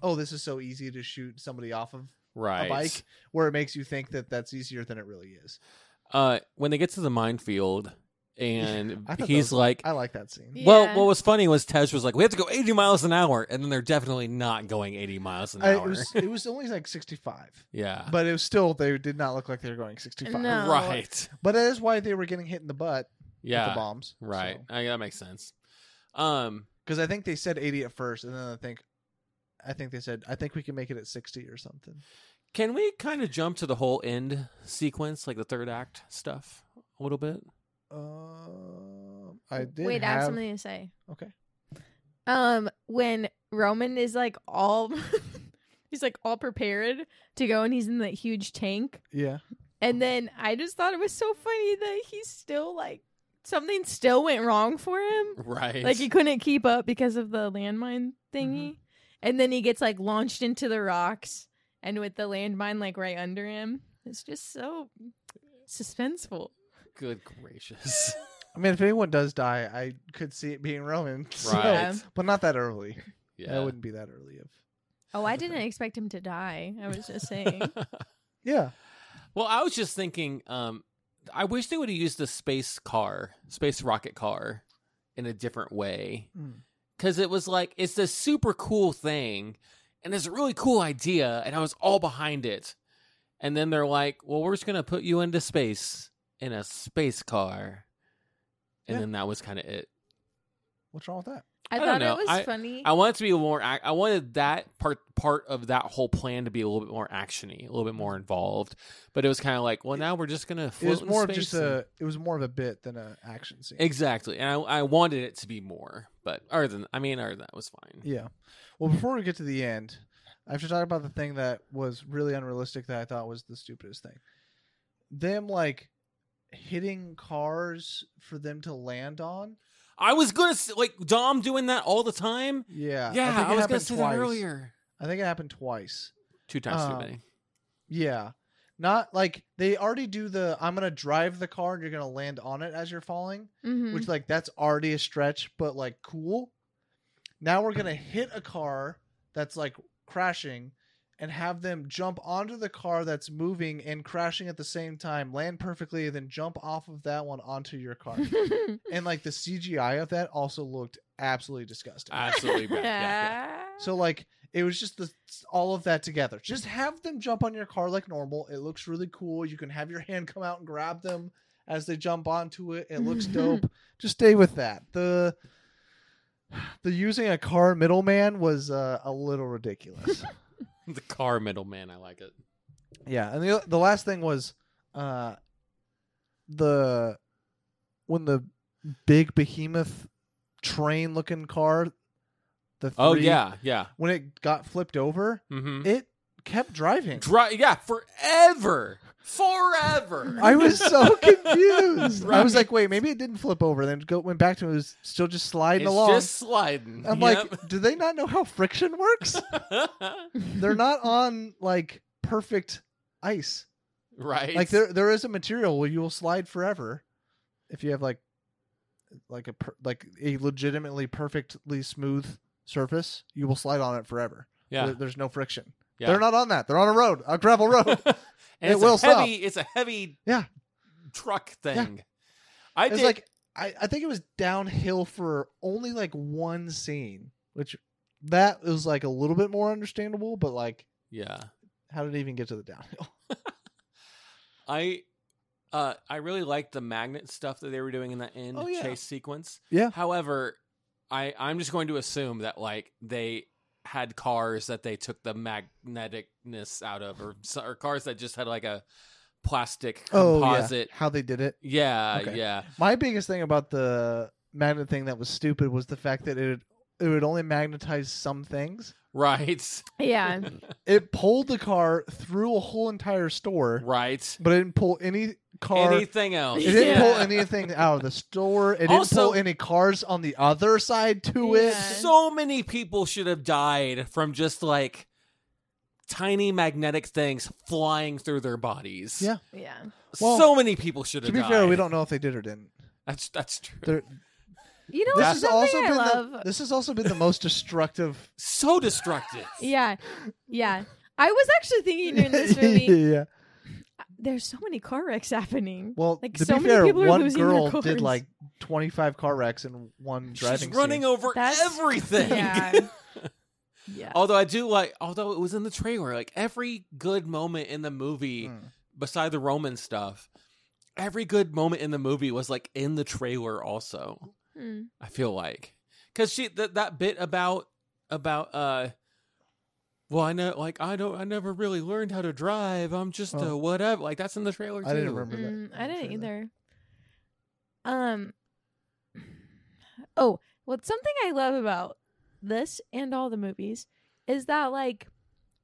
B: oh this is so easy to shoot somebody off of
C: right.
B: a bike where it makes you think that that's easier than it really is.
C: Uh, when they get to the minefield, and
B: I thought that
C: he's
B: was-
C: like,
B: I like that scene.
C: Well,
A: Yeah.
C: what was funny was Tej was like, "We have to go 80 miles an hour," and then they're definitely not going 80 miles an
B: I,
C: hour.
B: it was it was only like 65,
C: [LAUGHS] yeah,
B: but it was still they did not look like they were going 65.
A: No.
C: right.
B: But that is why they were getting hit in the butt with
C: Yeah,
B: the bombs,
C: right. I, that makes sense. Um,
B: Because I think they said 80 at first, and then I think, I think they said I think we can make it at 60 or something.
C: can we kind of jump to the whole end sequence, like the third act stuff, a little bit?
B: Um, I did.
A: Wait, I
B: have,
A: have something to say.
B: Okay.
A: Um, when Roman is like all, [LAUGHS] he's like all prepared to go, and he's in that huge tank,
B: Yeah.
A: and then I just thought it was so funny that he's still like something still went wrong for him.
C: Right.
A: like he couldn't keep up because of the landmine
B: Mm-hmm.
A: thingy and then he gets like launched into the rocks and with the landmine like right under him it's just so suspenseful
C: Good gracious.
B: I mean, if anyone does die, I could see it being Roman. [LAUGHS] [LAUGHS] so-
C: Right.
B: but not that early. That
C: Yeah.
B: wouldn't be that early. Of.
A: oh i
B: [LAUGHS]
A: didn't expect him to die i was just saying
B: Yeah.
C: well, I was just thinking. Um, I wish they would have used the space car, space rocket car, in a different way.
B: Mm.
C: because it was like it's this super cool thing and it's a really cool idea and i was all behind it and then they're like well we're just going to put you into space in a space car and
B: Yeah.
C: then that was kind of it
B: What's wrong with that?
A: i,
C: I don't
A: thought
C: know.
A: it was
C: I-
A: funny
C: i wanted to be more ac- i wanted that part part of that whole plan to be a little bit more actiony a little bit more involved but it was kind of like well now we're just going to
B: It was
C: float in
B: more of
C: space
B: just
C: and-
B: a. It was more of a bit than an action scene.
C: exactly and I, I wanted it to be more but other than i mean other than that was fine
B: Yeah. Well, before we get to the end, I have to talk about the thing that was really unrealistic that I thought was the stupidest thing. Them like hitting cars for them to land on.
C: i was going to like dom doing that all the time
B: Yeah.
C: Yeah, I,
B: think it
C: was gonna
B: happened
C: say
B: twice.
C: that earlier.
B: I think it happened twice.
C: Two times
B: Um,
C: too many. [LAUGHS]
B: Yeah. Not like they already do the I'm gonna drive the car and you're gonna land on it as you're falling,
A: Mhm.
B: which like that's already a stretch, but like cool. Now we're gonna hit a car that's like crashing and have them jump onto the car that's moving and crashing at the same time, land perfectly, and then jump off of that one onto your car.
A: [LAUGHS]
B: and like the CGI of that also looked absolutely disgusting.
C: Absolutely bad. Yeah,
A: [LAUGHS]
B: So like it was just the all of that together. Just have them jump on your car like normal. It looks really cool. You can have your hand come out and grab them as they jump onto it. It
C: [LAUGHS]
B: looks dope. Just stay with that. The the using a car middleman was uh, a little
C: [LAUGHS]
B: ridiculous.
C: yeah. the car middleman. I like it.
B: yeah, and the the last thing was uh the when the big behemoth train looking car the
C: Oh
B: three-
C: yeah, yeah.
B: when it got flipped over
C: Mm-hmm.
B: it kept driving.
C: Dry, yeah, forever, forever.
B: I was
C: [LAUGHS]
B: so confused. I was
C: Right.
B: like, wait, maybe it didn't flip over. Then go went back to it, it was still just sliding
C: it's
B: along.
C: just sliding.
B: I'm
C: Yep.
B: like, do they not know how friction
C: [LAUGHS]
B: works? they're not on like perfect ice.
C: right.
B: Like there, there is a material where you will slide forever if you have like, like a per- like a legitimately perfectly smooth surface. You will slide on it forever.
C: Yeah,
B: There- there's no friction.
C: yeah.
B: They're not on that. They're on a road, a gravel road.
C: [LAUGHS] and
B: It
C: it's
B: will
C: a
B: stop.
C: heavy. It's a heavy.
B: Yeah.
C: Truck thing. I
B: It's
C: did.
B: like I, I think it was downhill for only like one scene, which that was like a little bit more understandable, but like
C: yeah.
B: how did it even get to the [LAUGHS] downhill?
C: I uh I really liked the magnet stuff that they were doing in that end
B: Oh, yeah.
C: chase sequence.
B: Yeah.
C: However, I I'm just going to assume that like they had cars that they took the magneticness out of or so- or cars that just had like a plastic composite.
B: Oh, yeah. How they did it.
C: yeah,
B: Okay.
C: yeah.
B: My biggest thing about the magnet thing that was stupid was the fact that it it would only magnetize some things.
C: Right. [LAUGHS]
A: yeah
B: It pulled the car through a whole entire store,
C: Right.
B: but it didn't pull any car
C: Anything else?
B: It didn't pull
C: Yeah.
B: anything out of the store. It didn't
C: Also-
B: pull any cars on the other side to it.
A: Yeah.
C: So many people should have died from just like tiny magnetic things flying through their bodies.
B: Yeah.
A: yeah
B: Well,
C: so many people should
B: To
C: have
B: be
C: died.
B: fair, we don't know if they did or didn't.
C: That's that's true.
B: There-
A: you know what's
B: this has
A: something
B: also
A: i
B: been
A: love [LAUGHS]
B: the, this has also been the most destructive.
C: so destructive.
A: yeah yeah I was actually thinking during
B: [LAUGHS]
A: this movie,
B: yeah.
A: there's so many car wrecks happening.
B: Well,
A: Like,
B: to
A: so
B: be
A: many
B: fair,
A: people are
B: one
A: losing their
B: girl did
A: cars.
B: like 25 car wrecks in one
C: She's
B: driving.
C: running
B: scene. Mm.
C: over
A: That's-
C: everything.
A: Yeah. yeah.
C: [LAUGHS] Although I do like, although it was in the trailer, like every good moment in the movie,
B: Mm.
C: beside the Roman stuff, every good moment in the movie was like in the trailer. Also,
A: Hmm.
C: I feel like because she that that bit about about uh, well, I know, like I don't, I never really learned how to drive. I'm just
B: Oh.
C: a whatever. Like that's in the trailer. Too.
B: I didn't remember that.
A: Mm,
B: I'm
A: I
B: not
A: didn't
B: sure though.
A: either. Um. [SIGHS] Oh, well, something I love about this and all the movies is that like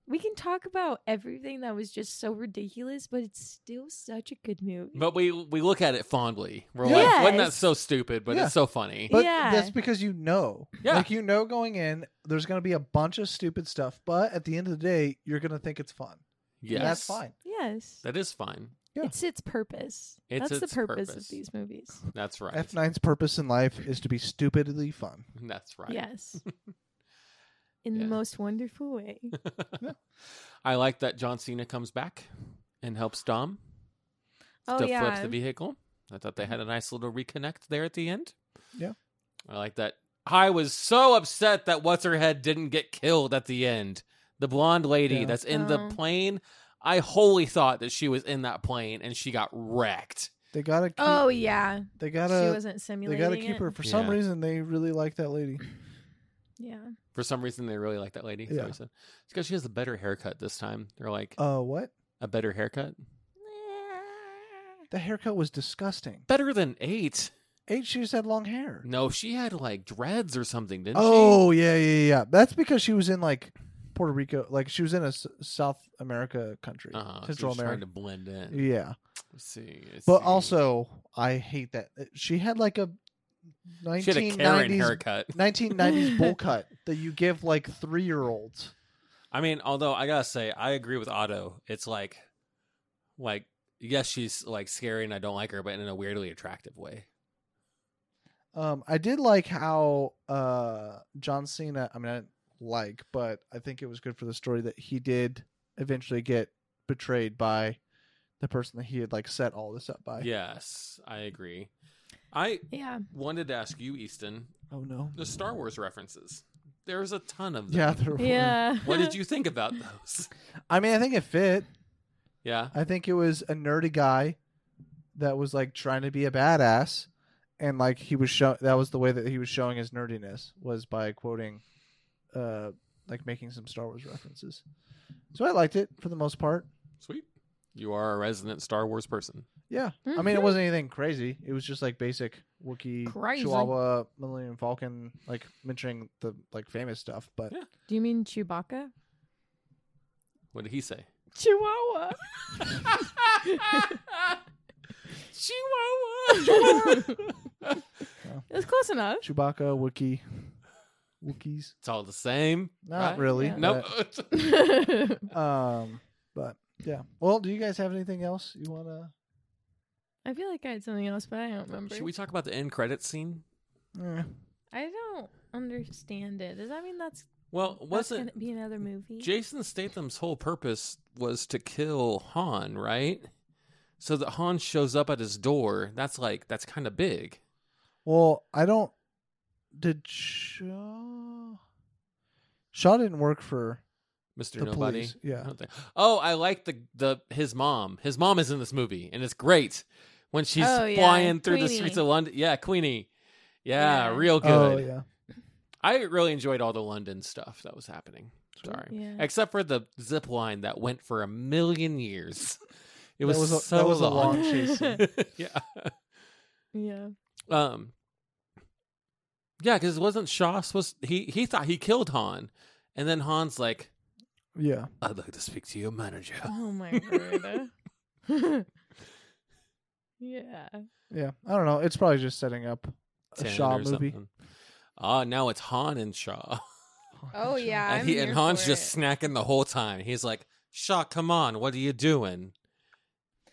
A: we can talk about everything that was just so ridiculous, but it's still such a good movie.
C: But we we look at it fondly. We're like,
A: Yes.
C: wasn't that so stupid? But
B: Yeah.
C: it's so funny.
B: But
A: Yeah.
B: that's because you know.
C: Yeah.
B: Like you know going in, there's going to be a bunch of stupid stuff, but at the end of the day, you're going to think it's fun.
C: yes,
B: And that's fine.
A: Yes,
C: That is fine.
B: Yeah.
A: it's its purpose.
C: It's
A: That's
C: its
A: the purpose,
C: purpose.
A: of these movies.
C: That's right.
B: F9's purpose in life is to be stupidly fun.
C: That's right. [LAUGHS]
A: Yes, in the
C: Yeah.
A: most wonderful
C: [LAUGHS]
A: way.
C: I like that John Cena comes back and helps Dom
A: Oh,
C: to flip
A: yeah.
C: the vehicle. I thought they had a nice little reconnect there at the end.
B: Yeah.
C: I like that. I was so upset that what's her head didn't get killed at the end. The blonde lady
B: Yeah.
C: that's in the
A: Oh.
C: plane. I wholly thought that she was in that plane and she got wrecked.
B: They got to keep
A: Oh yeah,
B: they
A: she
B: got to
A: wasn't
B: they
A: simulating.
B: got to keep
A: it.
B: her for some
C: Yeah.
B: reason they really like that lady.
A: Yeah.
C: For some reason, they really like that lady.
B: Yeah.
C: Yeah. It's because she has a better haircut this time. They're like,
B: Uh what?
C: a better haircut?
B: The haircut was disgusting.
C: Better than eight.
B: Eight she just had long hair.
C: No, she had like dreads or something, didn't
B: Oh yeah, yeah, yeah. That's because she was in like Puerto Rico, like she was in a S- South America country,
C: she? Oh,
B: Central
C: trying
B: America.
C: to blend in.
B: Yeah,
C: Let's see. let's
B: but
C: see.
B: also I hate that uh, she had like a
C: she had a Karen
B: 1990s,
C: haircut.
B: 1990s
C: [LAUGHS]
B: bowl cut that you give like three year olds.
C: I mean, although I gotta say, I agree with Otto. It's like, like yes, she's like scary and I don't like her, but in a weirdly attractive way.
B: Um, I did like how uh John Cena. I mean, I didn't like, but I think it was good for the story that he did eventually get betrayed by the person that he had like set all this up
C: Uh,
B: by.
C: Yes, I agree. I
A: Yeah.
C: wanted to ask you, Easton,
B: Oh no.
C: the Star Wars references. There's a ton of them.
B: Yeah. There were.
A: Yeah. [LAUGHS]
C: What did you think about those? [LAUGHS]
B: I mean, I think it fit.
C: Yeah.
B: I think it was a nerdy guy that was like trying to be a badass, and like he was show that was the way that he was showing his nerdiness was by quoting, uh, like making some Star Wars references. So I liked it for the most part.
C: Sweet. You are a resident Star Wars person.
B: Yeah, I mean, it
A: Mhm.
B: wasn't anything crazy. It was just like basic Wookiee,
A: Crazy.
B: Chihuahua, Millennium Falcon, like mentioning the like famous stuff. But
C: Yeah.
A: Do you mean Chewbacca?
C: What did he say? [LAUGHS]
A: Chihuahua.
C: Chihuahua.
A: It was close enough. [LAUGHS]
B: Chewbacca, Wookiee, Wookiees,
C: it's all the same.
B: not
C: right?
B: really.
A: Yeah.
C: Nope.
B: [LAUGHS]
A: I
B: Um, but yeah. Well, do you guys have anything else you want to?
A: feel like I had something else, but I don't remember.
C: Should we talk about the end credit scene?
B: eh.
A: I don't understand it. Does that mean that's
C: Well,
A: was
C: wasn't
A: gonna be another movie?
C: Jason Statham's whole purpose was to kill Han, right? So that Han shows up at his door. That's like that's kind of big.
B: Well, I don't. Did Shaw? Shaw didn't work for
C: Mr.
B: the
C: Nobody.
B: police. Yeah.
C: I don't think- Oh, I like the the his mom. His mom is in this movie, and it's great when she's
A: Oh, yeah.
C: flying through the
A: Queenie.
C: streets of London. Yeah, Queenie. Yeah,
A: Yeah.
C: real good.
B: Oh yeah.
C: I really enjoyed all the London stuff that was happening. Sorry,
A: Yeah.
C: except for the zip line that went for a
B: [LAUGHS]
C: million years. It was,
B: that was a,
C: so
B: that was a long
C: long.
B: chase. scene.
C: [LAUGHS] yeah.
A: Yeah.
C: Um. Yeah, because wasn't Shaw supposed? He he thought he killed Han, and then Han's like,
B: yeah.
C: "I'd like to speak to your manager."
A: Oh my word. [LAUGHS] yeah.
B: Yeah. I don't know. It's probably just setting up a
C: [LAUGHS] 10
B: Shaw
C: or
B: movie.
C: something. Ah, now it's Han and Shaw. [LAUGHS]
A: Oh yeah.
C: and, he, and Han's just snacking the whole time. He's like, Shaw, come on, what are you doing?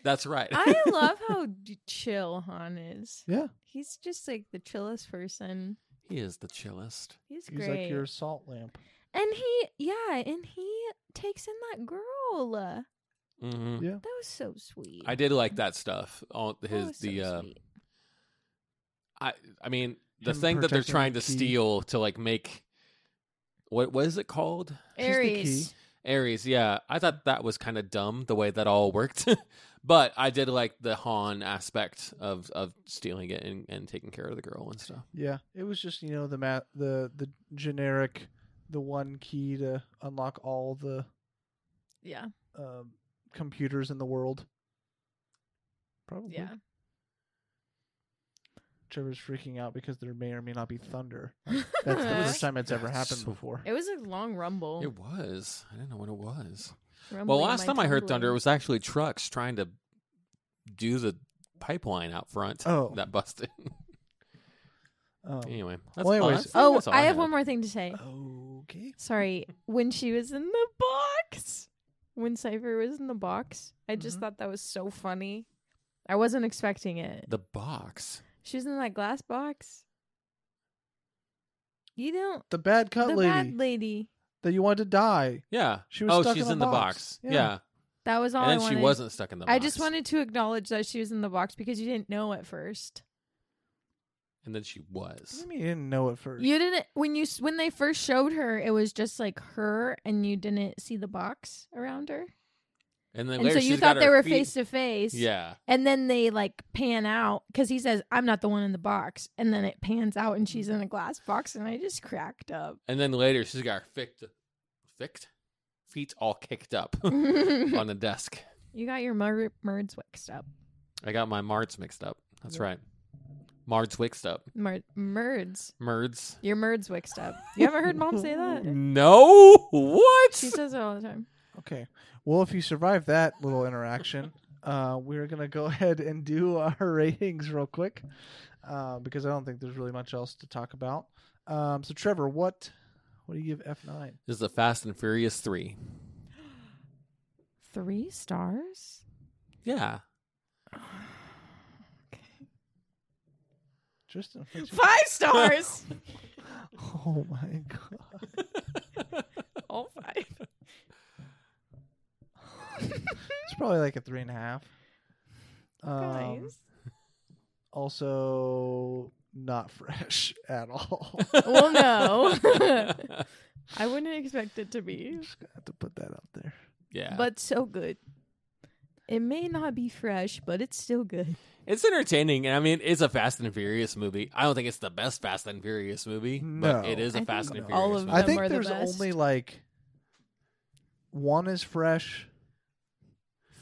C: That's right.
A: I love how d- chill Han is.
B: Yeah.
A: He's just like the chillest person.
C: he is the chillest.
A: He's
B: He's
A: great.
B: like your salt lamp.
A: And he, yeah, and he takes in that girl. That
C: hmm
A: was so sweet.
C: I did like that stuff. All
A: That
C: his
A: was Oh, so
C: the uh,
A: sweet.
C: I I mean the
B: Him
C: thing that they're
B: protecting the
C: trying to
B: key.
C: steal to like make what what is it called?
A: Aries.
C: Aries, yeah. I thought that was kind of dumb the way that all worked. [LAUGHS] but I did like the Han aspect of of stealing it and, and taking care of the girl and stuff.
B: Yeah, it was just you know the ma- the the generic, the one key to unlock all the
A: Yeah,
B: um, computers in the world.
C: Mm-hmm.
B: Probably.
A: yeah.
B: Trevor's freaking out because there may or may not be
A: [LAUGHS]
B: thunder. That's the first time it's ever
C: That's
B: happened
C: so-
B: before.
A: It was a long rumble.
C: It was. I didn't know what it was.
A: Rumbling
C: Well, last
A: my
C: time I heard thunder, it
A: tumbling.
C: was actually trucks trying to do the pipeline out front
B: Oh.
C: that busted. [LAUGHS]
B: Um,
C: anyway, that's
B: Well,
C: all-
B: anyways-
C: that's-
A: Oh,
C: that's all Oh.
A: I have
C: had.
A: one more thing to say.
B: Okay.
A: Sorry, when she was in the box, when Cypher was in the box, I just
B: Mhm.
A: thought that was so funny. I wasn't expecting it.
C: The box.
A: She was in that glass box. You don't.
B: The bad cut
A: the
B: lady
A: bad lady.
B: that you wanted to die.
C: Yeah.
B: She was
C: oh,
B: stuck
C: she's
B: in a
C: in the
B: box.
C: box.
B: Yeah.
C: Yeah.
A: That was all
C: And
A: I
C: then
A: wanted.
C: she wasn't stuck in the box.
A: I just wanted to acknowledge that she was in the box because you didn't know at first.
C: And then she
B: What do
C: was.
A: Mm-hmm.
B: you mean you didn't know at first?
A: You didn't when you s- when they first showed her. It was just like her, and you didn't see the box around her,
C: And then
A: and
C: later
A: so you
C: she's got
A: thought they
C: her
A: were
C: feet-
A: face to face.
C: Yeah.
A: And then they like pan out because he says, "I'm not the one in the box," and then it pans out, and she's in a glass box, and I just cracked up.
C: And then later she's got her ficked, ficked? feet all
A: [LAUGHS]
C: kicked up
A: you
C: on the desk.
A: got your mer- merds mixed up.
C: I got my mards mixed up. That's right. Mards mixed up.
A: Mer- merds.
C: Merds.
A: Your merds mixed up. You ever heard mom say that?
C: No. What?
A: She says it all the time.
B: Okay. Well, if you survive that little interaction, uh, we're gonna go [LAUGHS] ahead and do our ratings real quick, uh, because I don't think there's really much else to talk about. Um, so, Trevor, what what do you give F nine?
C: this is the Fast and Furious 3.
A: Three stars.
C: Yeah.
B: Tristan, what'd you-
A: Five [LAUGHS] stars.
B: oh my god!
A: [LAUGHS]
C: [LAUGHS]
A: all [LAUGHS] five.
B: It's probably like a three and a half. Um,
A: Guys.
B: also not [LAUGHS] fresh at all.
A: Well, [LAUGHS] no. I wouldn't expect it to be,
B: Just gonna have to put that out there.
C: yeah.
A: but so good. It may not be fresh, but it's still good.
C: It's entertaining, and I mean, it's a Fast and Furious movie. I don't think it's the best Fast and Furious movie,
B: No.
C: but it is
A: I
C: a
A: think
C: Fast and Furious.
A: all of
C: movie.
B: I
A: them
B: think
A: are the
B: there's
A: best.
B: only like one is fresh,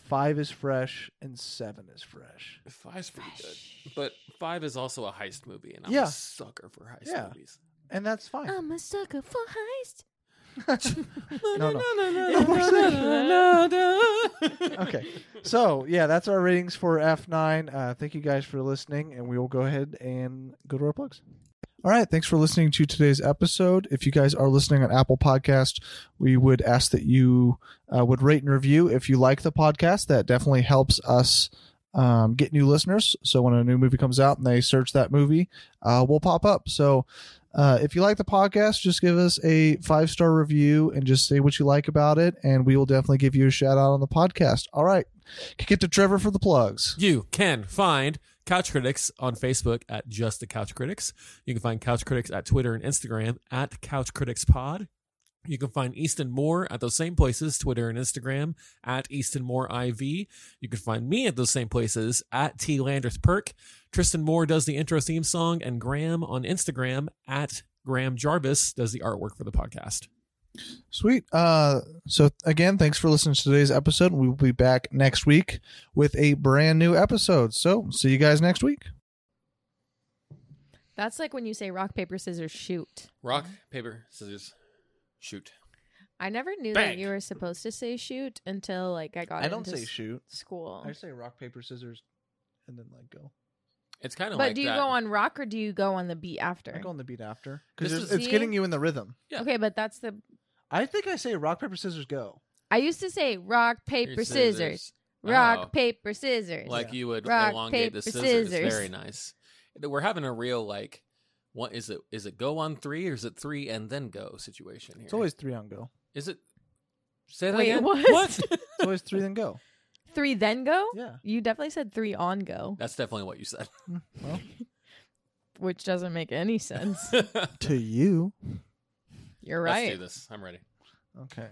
B: five is fresh, and seven is fresh.
C: five's pretty good, but five is also a heist movie, and I'm
B: Yeah.
C: a sucker for heist
B: Yeah.
C: movies.
B: And that's fine. [LAUGHS]
A: I'm a sucker for heist. [LAUGHS]
C: [LAUGHS]
B: No, no. Okay. So, yeah, that's our ratings for F9. Uh, thank you guys for listening, and we will go ahead and go to our plugs. All right. Thanks for listening to today's episode. If you guys are listening on Apple Podcast, we would ask that you uh, would rate and review if you like the podcast. That definitely helps us um, get new listeners. So when a new movie comes out and they search that movie, uh, we'll pop up. So uh, if you like the podcast, just give us a five star review and just say what you like about it, and we will definitely give you a shout out on the podcast. All right, kick it to Trevor for the plugs.
C: You can find Couch Critics on Facebook at Just the Couch Critics. You can find Couch Critics at Twitter and Instagram at Couch Critics Pod. You can find Easton Moore at those same places, Twitter and Instagram at Easton Moore IV. You can find me at those same places at T Landreth Perk. Tristan Moore does the intro theme song, and Graham on Instagram at Graham Jarvis does the artwork for the podcast.
B: Sweet. Uh, so again, thanks for listening to today's episode. We will be back next week with a brand new episode. So see you guys next week.
A: That's like when you say rock, paper, scissors, shoot.
C: Rock, paper, scissors, shoot.
A: I never knew
C: Bang.
A: that you were supposed to say shoot until like I got into s-
B: shoot.
A: school.
B: say rock paper scissors, and then like go.
C: It's kind
A: But
C: of like
A: do you
C: that.
A: go on rock or do you go on the beat after?
B: on the beat after
C: This
B: because
C: is-
B: it's getting you in the rhythm.
C: Yeah.
A: Okay, but that's the
B: I think I say rock paper scissors go.
A: I used to say rock,
C: Your
A: paper, scissors. Rock,
C: Oh.
A: paper, scissors.
C: like
B: Yeah.
C: you would
A: Rock,
C: elongate
A: paper,
C: the scissors.
A: scissors.
C: Very nice. We're having a real like What is it? Is it go on three or is it three and then go situation here?
B: It's always three on go.
C: is it. Say that
A: Wait,
C: again.
A: what? [LAUGHS]
B: It's always three then [LAUGHS] go.
A: Three then go?
B: Yeah.
A: You definitely said three on go,
C: That's definitely what you said.
B: Well,
A: which doesn't make any sense.
C: [LAUGHS] Let's
B: to you.
A: You're
C: do
A: right.
C: this. I'm ready.
B: Okay.